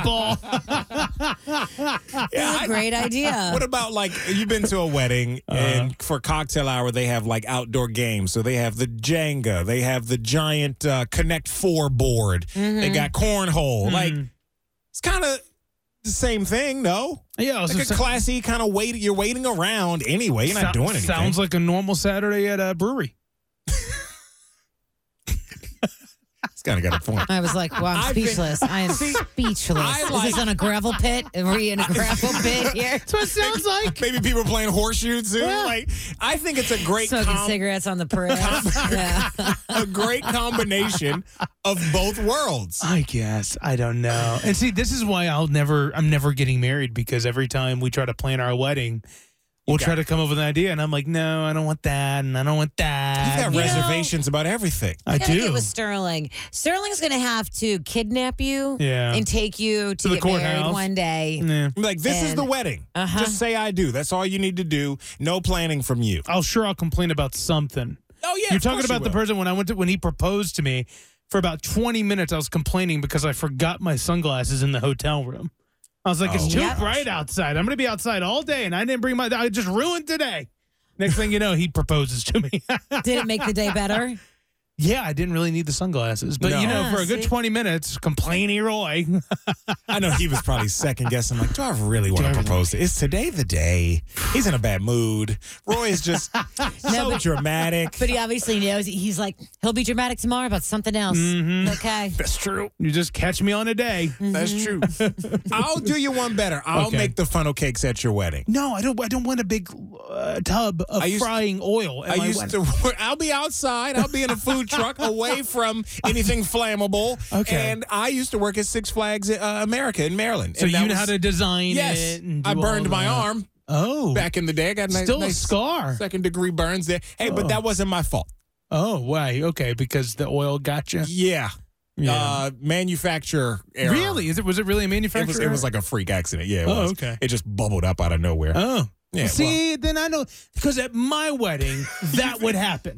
Speaker 2: ball.
Speaker 4: Yeah, I- What about like you've been to a wedding
Speaker 2: Uh-huh.
Speaker 4: and for cocktail hour they have like outdoor games. So they have the Jenga, they have the giant uh, Connect Four board, they
Speaker 2: Mhm.
Speaker 4: got cornhole. Like it's kind of the same thing, no?
Speaker 2: Yeah,
Speaker 4: like
Speaker 2: so-
Speaker 4: a classy kind of wait. You're waiting around anyway. You're not
Speaker 2: Sou-
Speaker 4: doing anything.
Speaker 2: Sounds like a normal Saturday at a brewery.
Speaker 4: it's kind of got a point.
Speaker 3: I was like, well, I'm
Speaker 4: I've been-
Speaker 3: speechless. I am speechless.
Speaker 4: I
Speaker 3: Is
Speaker 4: like-
Speaker 3: this on a gravel pit? Are we in a gravel pit here?
Speaker 2: That's what it sounds like.
Speaker 4: Maybe people playing horseshoe too.
Speaker 3: Yeah.
Speaker 4: Like I think it's a great
Speaker 3: Smoking
Speaker 4: com-
Speaker 3: cigarettes on the press. yeah.
Speaker 4: a great combination of both worlds.
Speaker 2: I guess I don't know. And see, this is why I'll never. I'm never getting married because every time we try to plan our wedding, we'll try to come up with an idea, and I'm like, no, I don't want that, and I don't want that.
Speaker 4: You've got
Speaker 3: You know-
Speaker 4: reservations about everything.
Speaker 2: I
Speaker 3: gotta
Speaker 2: do.
Speaker 3: get with Sterling. Sterling's gonna have to kidnap you,
Speaker 4: Yeah.
Speaker 3: and take you to,
Speaker 4: the
Speaker 3: get married
Speaker 4: courthouse.
Speaker 3: one day.
Speaker 4: I'm Like this is
Speaker 3: And-
Speaker 4: the wedding.
Speaker 3: Uh-huh.
Speaker 4: Just say I do. That's all you need to do. No planning from you.
Speaker 2: I'll sure I'll complain about something.
Speaker 4: Oh yeah,
Speaker 2: You're
Speaker 4: of
Speaker 2: talking
Speaker 4: course you
Speaker 2: about the
Speaker 4: will.
Speaker 2: person when I went to when he proposed to me. For about 20 minutes, I was complaining because I forgot my sunglasses in the hotel room. I was like,
Speaker 4: Oh,
Speaker 2: it's too
Speaker 4: Yep.
Speaker 2: bright outside. I'm going to be outside all day, and I didn't bring my. I just ruined today. Next thing you know, he proposes to me.
Speaker 3: Did it make the day better?
Speaker 2: Yeah, I didn't really need the sunglasses, but you
Speaker 4: No.
Speaker 2: know, for a good
Speaker 3: see?
Speaker 2: 20 minutes, complaining Roy.
Speaker 4: I know he was probably second guessing. Like, do I really want to propose? Is today the day? He's in a bad mood. Roy is just so
Speaker 3: but-
Speaker 4: dramatic.
Speaker 3: But he obviously knows. He's like, he'll be dramatic tomorrow about something else.
Speaker 4: Mm-hmm.
Speaker 3: Okay.
Speaker 4: That's true.
Speaker 2: You just catch me on a day.
Speaker 4: That's true. I'll do you one better. I'll
Speaker 2: Okay.
Speaker 4: make the funnel cakes at your wedding.
Speaker 2: No, I don't. I don't want a big uh, tub of
Speaker 4: I used-
Speaker 2: frying oil. at
Speaker 4: I
Speaker 2: my
Speaker 4: used
Speaker 2: wedding.
Speaker 4: to. work- I'll be outside. I'll be in a food truck, away from anything flammable.
Speaker 2: Okay.
Speaker 4: And I used to work at Six Flags uh, America in Maryland.
Speaker 2: So
Speaker 4: And
Speaker 2: you
Speaker 4: that
Speaker 2: know
Speaker 4: was-
Speaker 2: how to design
Speaker 4: Yes,
Speaker 2: it. and
Speaker 4: I
Speaker 2: do all
Speaker 4: burned my
Speaker 2: that.
Speaker 4: arm.
Speaker 2: Oh,
Speaker 4: back in the day. I got nice,
Speaker 2: Still a
Speaker 4: nice
Speaker 2: scar.
Speaker 4: second degree burns there. Hey, but that wasn't my fault.
Speaker 2: Oh, why? Okay, because the oil got you.
Speaker 4: Yeah.
Speaker 2: Yeah.
Speaker 4: Uh, manufacturer error.
Speaker 2: Really? Is it? Was it really a
Speaker 4: It
Speaker 2: manufacturer?
Speaker 4: was, it was like a freak accident. Yeah. It
Speaker 2: Oh,
Speaker 4: was.
Speaker 2: okay.
Speaker 4: It just bubbled up out of nowhere.
Speaker 2: Oh.
Speaker 4: Yeah,
Speaker 2: See, then I know because at my wedding that would happen.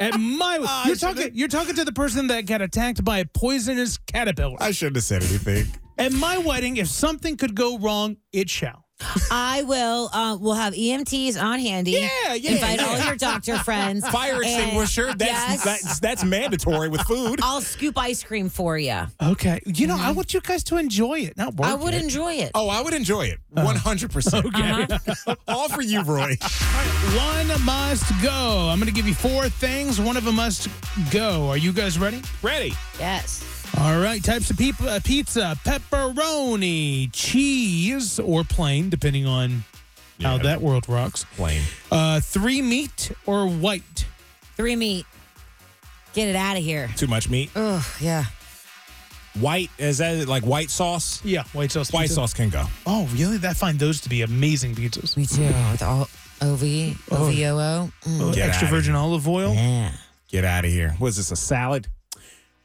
Speaker 2: At my, you're talking, you're talking to the person that got attacked by a poisonous caterpillar.
Speaker 4: I shouldn't have said anything.
Speaker 2: At my wedding, if something could go wrong, it shall.
Speaker 3: I will. Uh, we'll have EMTs on handy.
Speaker 4: Yeah, yeah,
Speaker 3: Invite
Speaker 4: yeah.
Speaker 3: all your doctor friends.
Speaker 4: Fire
Speaker 3: and-
Speaker 4: extinguisher. That's,
Speaker 3: yes.
Speaker 4: that's that's mandatory with food.
Speaker 3: I'll scoop ice cream for you.
Speaker 2: Okay, you know I want you guys to enjoy it, not work.
Speaker 3: I would
Speaker 2: it.
Speaker 3: enjoy it.
Speaker 4: Oh, I would enjoy it.
Speaker 2: Uh-huh.
Speaker 4: One hundred percent. All for you, Roy.
Speaker 2: One must go. I'm going to give you four things. One of them must go. Are you guys ready?
Speaker 4: Ready?
Speaker 3: Yes.
Speaker 2: All right. Types of peop- uh, pizza: pepperoni, cheese, or plain, depending on how that world rocks.
Speaker 4: Plain.
Speaker 2: Uh, three meat or white.
Speaker 3: Three meat. Get it out of here.
Speaker 4: Too much meat.
Speaker 3: Ugh, yeah.
Speaker 4: White is that like white sauce?
Speaker 2: Yeah, white sauce.
Speaker 4: White
Speaker 2: pizza.
Speaker 4: sauce can go.
Speaker 2: Oh, really? I find those to be amazing pizzas.
Speaker 3: Me too. With all OV, OVOO.
Speaker 2: Oh,
Speaker 4: Get
Speaker 2: extra
Speaker 4: outta
Speaker 2: virgin olive oil.
Speaker 3: Mm, Yeah.
Speaker 4: Get out of here. Was this a salad?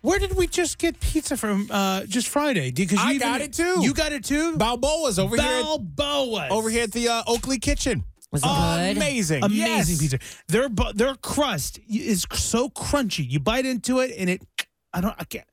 Speaker 2: Where did we just get pizza from? Uh, just Friday? Because you
Speaker 4: I
Speaker 2: even-
Speaker 4: got it too.
Speaker 2: You got it too.
Speaker 4: Balboa's over here.
Speaker 2: Balboas.
Speaker 4: Over here at the uh, Oakley Kitchen.
Speaker 3: Was it good?
Speaker 4: Amazing.
Speaker 2: Amazing
Speaker 4: Yes.
Speaker 2: pizza. Their bu- their crust is so crunchy. You bite into it and it. I don't. I can't.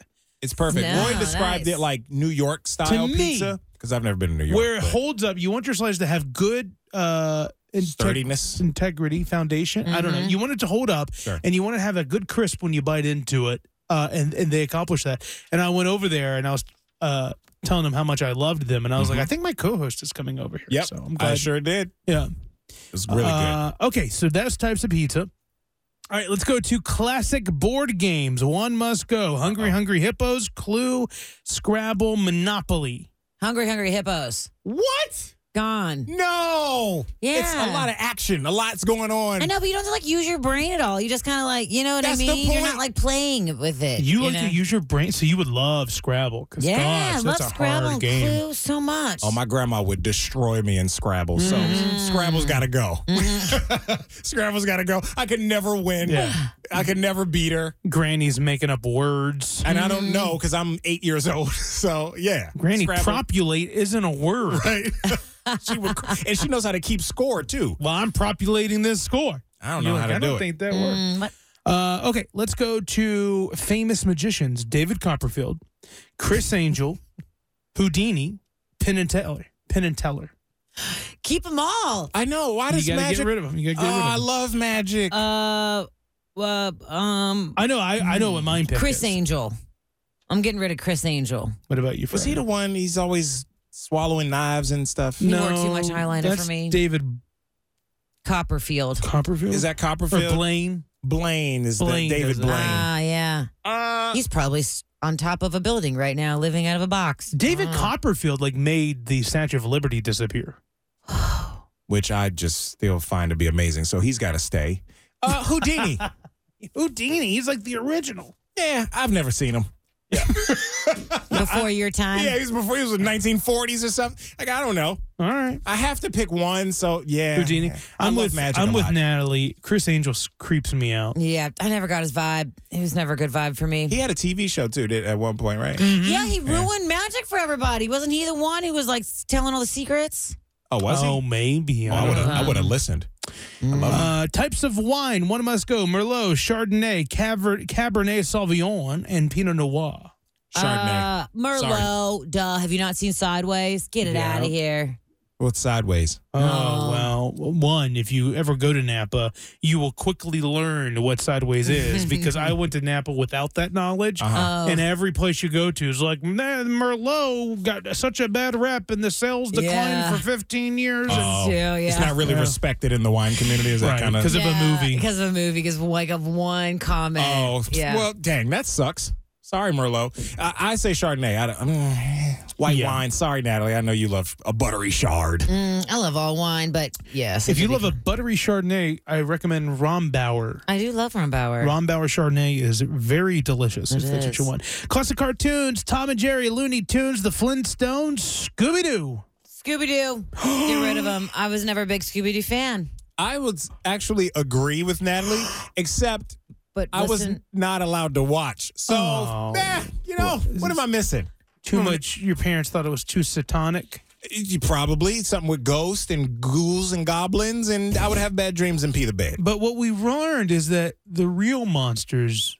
Speaker 4: It's perfect.
Speaker 3: No,
Speaker 4: Roy described
Speaker 3: nice.
Speaker 4: it like New York style
Speaker 2: me,
Speaker 4: pizza because I've never been to New York.
Speaker 2: Where it
Speaker 4: but
Speaker 2: holds up, you want your slice to have good uh integ-
Speaker 4: Sturdiness.
Speaker 2: integrity, foundation. I don't know. You want it to hold up,
Speaker 4: Sure.
Speaker 2: and you want to have a good crisp when you bite into it. Uh, and and they accomplished that. And I went over there and I was uh telling them how much I loved them, and I was like, I think my co-host is coming over here.
Speaker 4: Mm-hmm. Yep,
Speaker 2: so I'm
Speaker 4: I
Speaker 2: glad.
Speaker 4: sure did.
Speaker 2: Yeah.
Speaker 4: It was really
Speaker 2: Uh, okay, so that's types of pizza. All right, let's go to classic board games. One must go. Hungry, Hungry Hippos, Clue, Scrabble, Monopoly.
Speaker 3: Hungry, hungry hippos.
Speaker 4: good. What?
Speaker 3: Gone.
Speaker 4: No. It's
Speaker 3: Yeah.
Speaker 4: a lot of action. A lot's going on.
Speaker 3: I know, but you don't have to, like use your brain at all. You just kind of like, you know what
Speaker 4: That's
Speaker 3: I
Speaker 4: the
Speaker 3: mean? You're
Speaker 4: point.
Speaker 3: not like playing with it.
Speaker 2: You, like
Speaker 3: know?
Speaker 2: to use your brain, so you would love Scrabble. 'cause
Speaker 3: Yeah,
Speaker 2: gosh,
Speaker 3: I
Speaker 2: that's
Speaker 3: love
Speaker 2: a
Speaker 3: Scrabble
Speaker 2: hard
Speaker 3: and
Speaker 2: game.
Speaker 3: Clue so much.
Speaker 4: Oh, my grandma would destroy me in Scrabble. So Scrabble's got to go. Scrabble's got to go. I could never win.
Speaker 2: Yeah.
Speaker 4: I could never beat her.
Speaker 2: Granny's making up words.
Speaker 4: And I don't know because I'm eight years old. So yeah,
Speaker 2: Mm. Granny,
Speaker 4: Scrabble.
Speaker 2: propulate isn't a word.
Speaker 4: Right. she would, and she knows how to keep score too.
Speaker 2: Well, I'm propulating this score.
Speaker 4: I don't know
Speaker 2: You're
Speaker 4: how
Speaker 2: like, I
Speaker 4: to do
Speaker 2: don't
Speaker 4: it.
Speaker 2: think that works. Uh, okay, let's go to famous magicians: David Copperfield, Chris Angel, Houdini, Penn and Teller. Penn and Teller.
Speaker 3: Keep them all.
Speaker 4: I know. Why
Speaker 2: You
Speaker 4: does
Speaker 2: gotta get
Speaker 4: magic?
Speaker 2: rid of 'em. You gotta get
Speaker 4: oh,
Speaker 2: rid of
Speaker 4: I
Speaker 2: 'em.
Speaker 4: love magic.
Speaker 3: Uh, well, um,
Speaker 2: I know. I, I know what mine pick
Speaker 3: Hmm. Chris
Speaker 2: is.
Speaker 3: Angel. I'm getting rid of Chris Angel.
Speaker 2: What about you?
Speaker 4: Was he the one? He's always swallowing knives and stuff.
Speaker 3: He wore too much eyeliner for
Speaker 2: that's
Speaker 3: me.
Speaker 2: David
Speaker 3: Copperfield.
Speaker 2: Copperfield.
Speaker 4: Is that
Speaker 2: or
Speaker 4: Copperfield?
Speaker 2: Blaine?
Speaker 4: Blaine is
Speaker 2: Blaine
Speaker 4: the David
Speaker 2: does that. Uh,
Speaker 4: Blaine. Uh,
Speaker 3: Ah, yeah. He's probably s- on top of a building right now, living out of a box.
Speaker 2: David
Speaker 4: Mm.
Speaker 3: Ah.
Speaker 2: Copperfield like made the Statue of Liberty disappear.
Speaker 4: which I just still find to be amazing. So he's got to stay. Uh, Houdini.
Speaker 2: Houdini. He's like the original.
Speaker 4: yeah, I've never seen him.
Speaker 3: Before your time.
Speaker 4: Yeah, he's before he was in 1940s or something. Like I don't know.
Speaker 2: All right.
Speaker 4: I have to pick one. So yeah,
Speaker 2: Houdini.
Speaker 4: I
Speaker 2: I'm
Speaker 4: love
Speaker 2: with
Speaker 4: magic.
Speaker 2: I'm
Speaker 4: a
Speaker 2: with
Speaker 4: lot.
Speaker 2: Natalie. Chris Angel s- creeps me out.
Speaker 3: Yeah, I never got his vibe. It was never a good vibe for me.
Speaker 4: He had a TV show too did, at one point, right?
Speaker 2: Mm.
Speaker 3: Yeah, he ruined magic for everybody. Wasn't he the one who was like telling all the secrets?
Speaker 4: Oh, was
Speaker 2: oh,
Speaker 4: he?
Speaker 2: maybe.
Speaker 4: Oh, I
Speaker 2: don't
Speaker 4: would have.
Speaker 2: know.
Speaker 4: I would have listened. I love him.
Speaker 2: Uh, types of wine. One must go Merlot, Chardonnay, Caver- Cabernet Sauvignon, and Pinot Noir.
Speaker 4: Chardonnay.
Speaker 3: Uh, Merlot, duh. Have you not seen Sideways? Get it
Speaker 2: Yeah.
Speaker 3: out of here.
Speaker 4: What's sideways?
Speaker 2: Oh, well, one, if you ever go to Napa, you will quickly learn what sideways is because I went to Napa without that knowledge.
Speaker 3: Uh,
Speaker 4: Uh-huh.
Speaker 3: Um,
Speaker 2: And every place you go to is like, man, Merlot got such a bad rep and the sales declined
Speaker 3: Yeah.
Speaker 2: for 15 years.
Speaker 4: Oh,
Speaker 3: too, yeah.
Speaker 4: It's not really
Speaker 2: Yeah.
Speaker 4: respected in the wine community. Is that
Speaker 2: Right,
Speaker 4: kind of?
Speaker 2: 'cause of a movie.
Speaker 3: Because of a movie, because of like of one comment.
Speaker 4: Oh,
Speaker 3: yeah.
Speaker 4: well, dang, that sucks. Sorry, Merlot. I, I say Chardonnay. I don't, mm, white
Speaker 2: Yeah.
Speaker 4: wine. Sorry, Natalie. I know you love a buttery shard.
Speaker 3: Mm, I love all wine, but yes.
Speaker 2: if you love a buttery Chardonnay, I recommend Rombauer.
Speaker 3: I do love Rombauer.
Speaker 2: Rombauer Chardonnay is very delicious.
Speaker 3: It
Speaker 2: if that's what you
Speaker 3: is.
Speaker 2: want. Classic cartoons: Tom and Jerry, Looney Tunes, The Flintstones, Scooby Doo.
Speaker 3: Scooby Doo. Get rid of him. I was never a big Scooby Doo fan.
Speaker 4: I would actually agree with Natalie, except
Speaker 3: But
Speaker 4: I was
Speaker 3: listen-
Speaker 4: not allowed to watch. So,
Speaker 2: Oh.
Speaker 4: eh, you know, what am I missing? Hmm.
Speaker 2: Too much. Your parents thought it was too satanic.
Speaker 4: You probably something with ghosts and ghouls and goblins, and I would have bad dreams and pee the bed.
Speaker 2: But what we learned is that the real monsters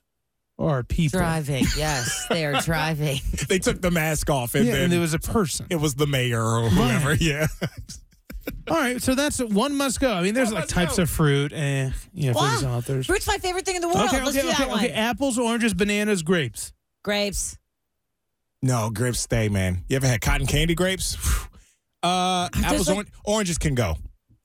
Speaker 2: are people.
Speaker 3: driving. Yes, they are driving.
Speaker 4: They took the mask off, and
Speaker 2: Yeah,
Speaker 4: then
Speaker 2: and there was a person.
Speaker 4: it was the mayor or whoever. Yeah.
Speaker 2: All right, so that's one must go. I mean, there's
Speaker 4: One
Speaker 2: like
Speaker 4: must
Speaker 2: types
Speaker 4: go.
Speaker 2: of fruit, and you know, for
Speaker 3: Wow.
Speaker 2: these authors.
Speaker 3: Fruit's my favorite thing in the world.
Speaker 2: Okay,
Speaker 3: Let's
Speaker 2: okay,
Speaker 3: do that
Speaker 2: okay,
Speaker 3: one.
Speaker 2: okay. Apples, oranges, bananas, grapes.
Speaker 3: Grapes.
Speaker 4: No, grapes stay, man. You ever had cotton candy grapes? Uh, apples,
Speaker 3: like-
Speaker 4: oran- oranges can go.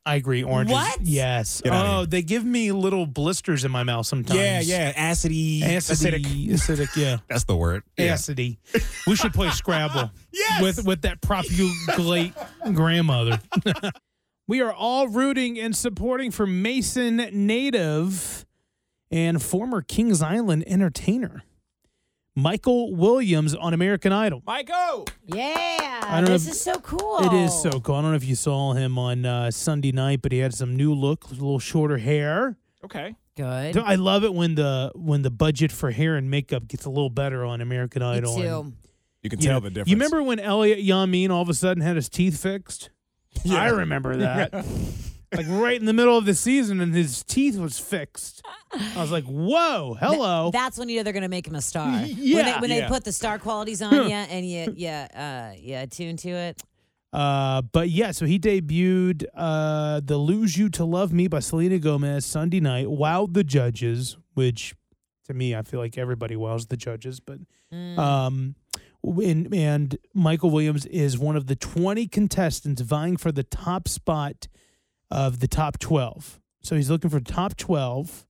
Speaker 2: I agree. Oranges.
Speaker 3: What?
Speaker 2: Yes.
Speaker 4: Get outta
Speaker 2: oh, they give me little blisters in my mouth sometimes.
Speaker 4: Yeah, yeah, acidy,
Speaker 2: Acidic. Acidic. yeah.
Speaker 4: That's the word.
Speaker 2: Acidy. We should play Scrabble.
Speaker 4: Yes!
Speaker 2: With with that propulate grandmother. we are all rooting and supporting for Mason native and former Kings Island entertainer. Michael Williams on American Idol.
Speaker 4: Michael.
Speaker 3: Yeah.
Speaker 2: don't know
Speaker 3: This
Speaker 2: if-
Speaker 3: is so cool.
Speaker 2: It is
Speaker 3: Oh.
Speaker 2: so cool. I don't know if you saw him on uh, Sunday night, but he had some new look, a little shorter hair.
Speaker 4: Okay.
Speaker 3: good.
Speaker 2: I love it when the when the budget for hair and makeup gets a little better on American
Speaker 3: Me
Speaker 2: Idol. and-
Speaker 3: too.
Speaker 4: You can
Speaker 2: you
Speaker 4: tell
Speaker 2: know,
Speaker 4: the difference.
Speaker 2: You remember when Elliot Yamin all of a sudden had his teeth fixed? I remember that. like right in the middle of the season, and his teeth was fixed. I was like, "Whoa, hello."
Speaker 3: That's when you know they're gonna make him a star. When they-
Speaker 2: Oh. Yeah.
Speaker 3: When, they,
Speaker 4: Yeah.
Speaker 3: put the star qualities on you and you yeah uh yeah tune to it.
Speaker 2: Uh, but yeah, so he debuted uh, "The Lose You to Love Me" by Selena Gomez Sunday night, wowed the judges, which to me, I feel like everybody wows the judges. But um, and, and Michael Williams is one of the twenty contestants vying for the top spot of the top twelve. So he's looking for top twelve,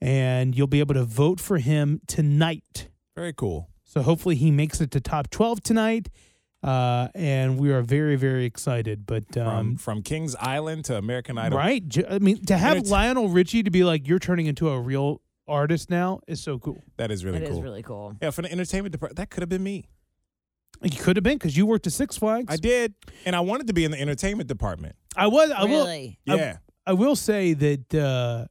Speaker 2: and you'll be able to vote for him tonight.
Speaker 4: Very cool.
Speaker 2: So hopefully he makes it to top 12 tonight. Uh, and we are very, very excited. But,
Speaker 4: From
Speaker 2: um,
Speaker 4: from Kings Island to American Idol.
Speaker 2: right? Ju- I mean, to have
Speaker 4: it's-
Speaker 2: Lionel Richie to be like, you're turning into a real artist now is so cool.
Speaker 4: That is
Speaker 3: It
Speaker 4: really
Speaker 3: is
Speaker 4: cool.
Speaker 3: really cool.
Speaker 4: yeah, for the entertainment department, that could have been me.
Speaker 2: It could have been because you worked at Six Flags.
Speaker 4: I did, and I wanted to be in the entertainment department.
Speaker 2: I was. I will.
Speaker 3: really.
Speaker 2: I-
Speaker 4: Yeah.
Speaker 2: I will say that uh,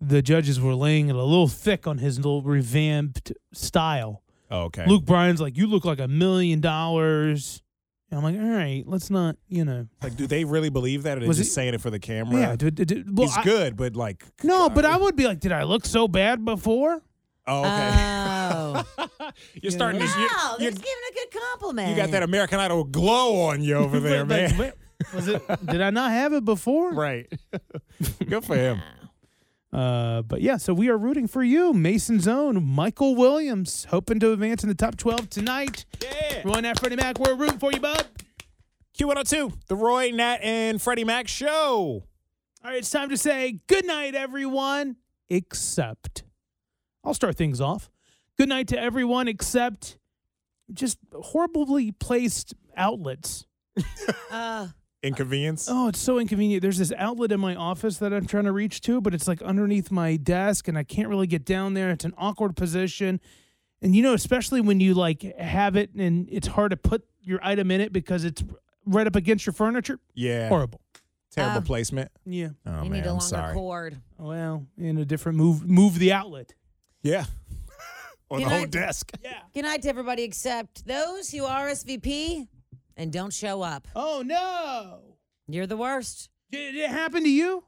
Speaker 2: the judges were laying it a little thick on his little revamped style.
Speaker 4: Oh, Okay.
Speaker 2: Luke Bryan's like, you look like a million dollars. And I'm like, all right, let's not, you know.
Speaker 4: Like, do they really believe that? Or they
Speaker 2: Was
Speaker 4: just
Speaker 2: it-
Speaker 4: saying it for the camera?
Speaker 2: Yeah, do- do- do- well,
Speaker 4: He's
Speaker 2: I-
Speaker 4: good, but like,
Speaker 2: No, but I would be like, did I look so bad before?
Speaker 4: oh, okay. you're starting to. you
Speaker 3: Uh, Oh. Wow, they're just giving a good compliment.
Speaker 4: you got that American Idol glow on you over there,
Speaker 2: Like,
Speaker 4: man.
Speaker 2: wait, was it? Did I not have it before?
Speaker 4: Right. Good for him.
Speaker 2: Uh, but yeah, so we are rooting for you, Mason's own Michael Williams, hoping to advance in the top 12 tonight. Yeah. Run that Freddie Mac. We're rooting for you, bub.
Speaker 4: Q102, the Roy, Nat, and Freddie Mac show.
Speaker 2: All right, it's time to say good night, everyone, except. I'll start things off. Good night to everyone except just horribly placed outlets.
Speaker 4: Inconvenience.
Speaker 2: Oh, it's so inconvenient. There's this outlet in my office that I'm trying to reach to, but it's like underneath my desk and I can't really get down there. It's an awkward position. And you know, especially when you like have it and it's hard to put your item in it because it's right up against your furniture.
Speaker 4: Yeah.
Speaker 2: Horrible.
Speaker 4: Terrible
Speaker 2: Ah.
Speaker 4: placement.
Speaker 2: Yeah.
Speaker 4: Oh,
Speaker 3: you
Speaker 4: man,
Speaker 3: uh, need a
Speaker 4: I'm
Speaker 3: longer
Speaker 4: sorry.
Speaker 3: cord.
Speaker 2: Well, in a different move move the outlet.
Speaker 4: Yeah. On
Speaker 3: Good
Speaker 4: the whole
Speaker 3: night.
Speaker 4: desk.
Speaker 3: Good night to everybody except those who RSVP and don't show up.
Speaker 2: Oh no.
Speaker 3: You're the worst.
Speaker 2: Did it happen to you?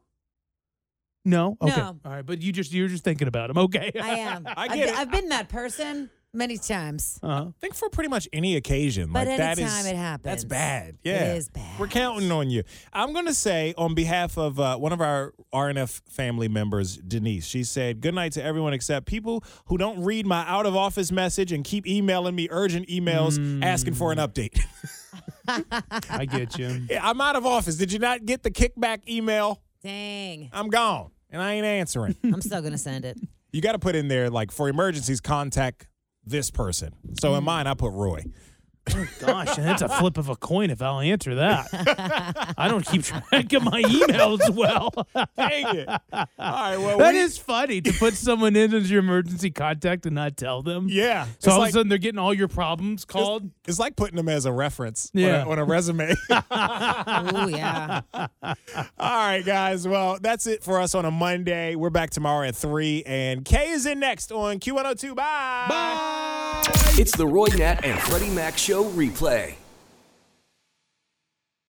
Speaker 2: No. Okay.
Speaker 3: No.
Speaker 2: All right, but you just you're just thinking about him. Okay.
Speaker 3: I am.
Speaker 4: I
Speaker 3: I've
Speaker 4: get
Speaker 3: been-
Speaker 4: it.
Speaker 3: I've been that person many times.
Speaker 2: Uh-huh.
Speaker 4: think for pretty much any occasion.
Speaker 3: But
Speaker 4: like that
Speaker 3: anytime
Speaker 4: is
Speaker 3: it
Speaker 4: That's
Speaker 3: happens.
Speaker 4: bad.
Speaker 3: It
Speaker 4: Yeah.
Speaker 3: is bad.
Speaker 4: We're counting on you. I'm gonna say on behalf of uh, one of our RNF family members, Denise, she said, Good night to everyone except people who don't read my out of office message and keep emailing me urgent emails
Speaker 3: Mm.
Speaker 4: asking for an update.
Speaker 2: I get you.
Speaker 4: Yeah, I'm out of office. Did you not get the kickback email?
Speaker 3: Dang.
Speaker 4: I'm gone. And I ain't answering.
Speaker 3: I'm still going to send it.
Speaker 4: you gotta put in there like for emergencies, contact this person. So
Speaker 3: Mm.
Speaker 4: in mine I put Roy.
Speaker 2: Gosh, and that's a flip of a coin if I'll answer that. I don't keep track of my emails well.
Speaker 4: Dang it. All right, well
Speaker 2: That
Speaker 4: we-
Speaker 2: is funny to put someone in as your emergency contact and not tell them.
Speaker 4: Yeah.
Speaker 2: So
Speaker 4: It's
Speaker 2: all of
Speaker 4: like-
Speaker 2: a sudden they're getting all your problems called.
Speaker 4: It's, it's like putting them as a reference on a-
Speaker 2: Yeah.
Speaker 4: on, a, resume. All
Speaker 3: Oh, yeah.
Speaker 4: right, guys. Well, that's it for us on a Monday. We're back tomorrow at 3, and Kay is in next on Q102. Bye. Bye.
Speaker 1: It's the Roy, Nat, and Freddie Mac show replay.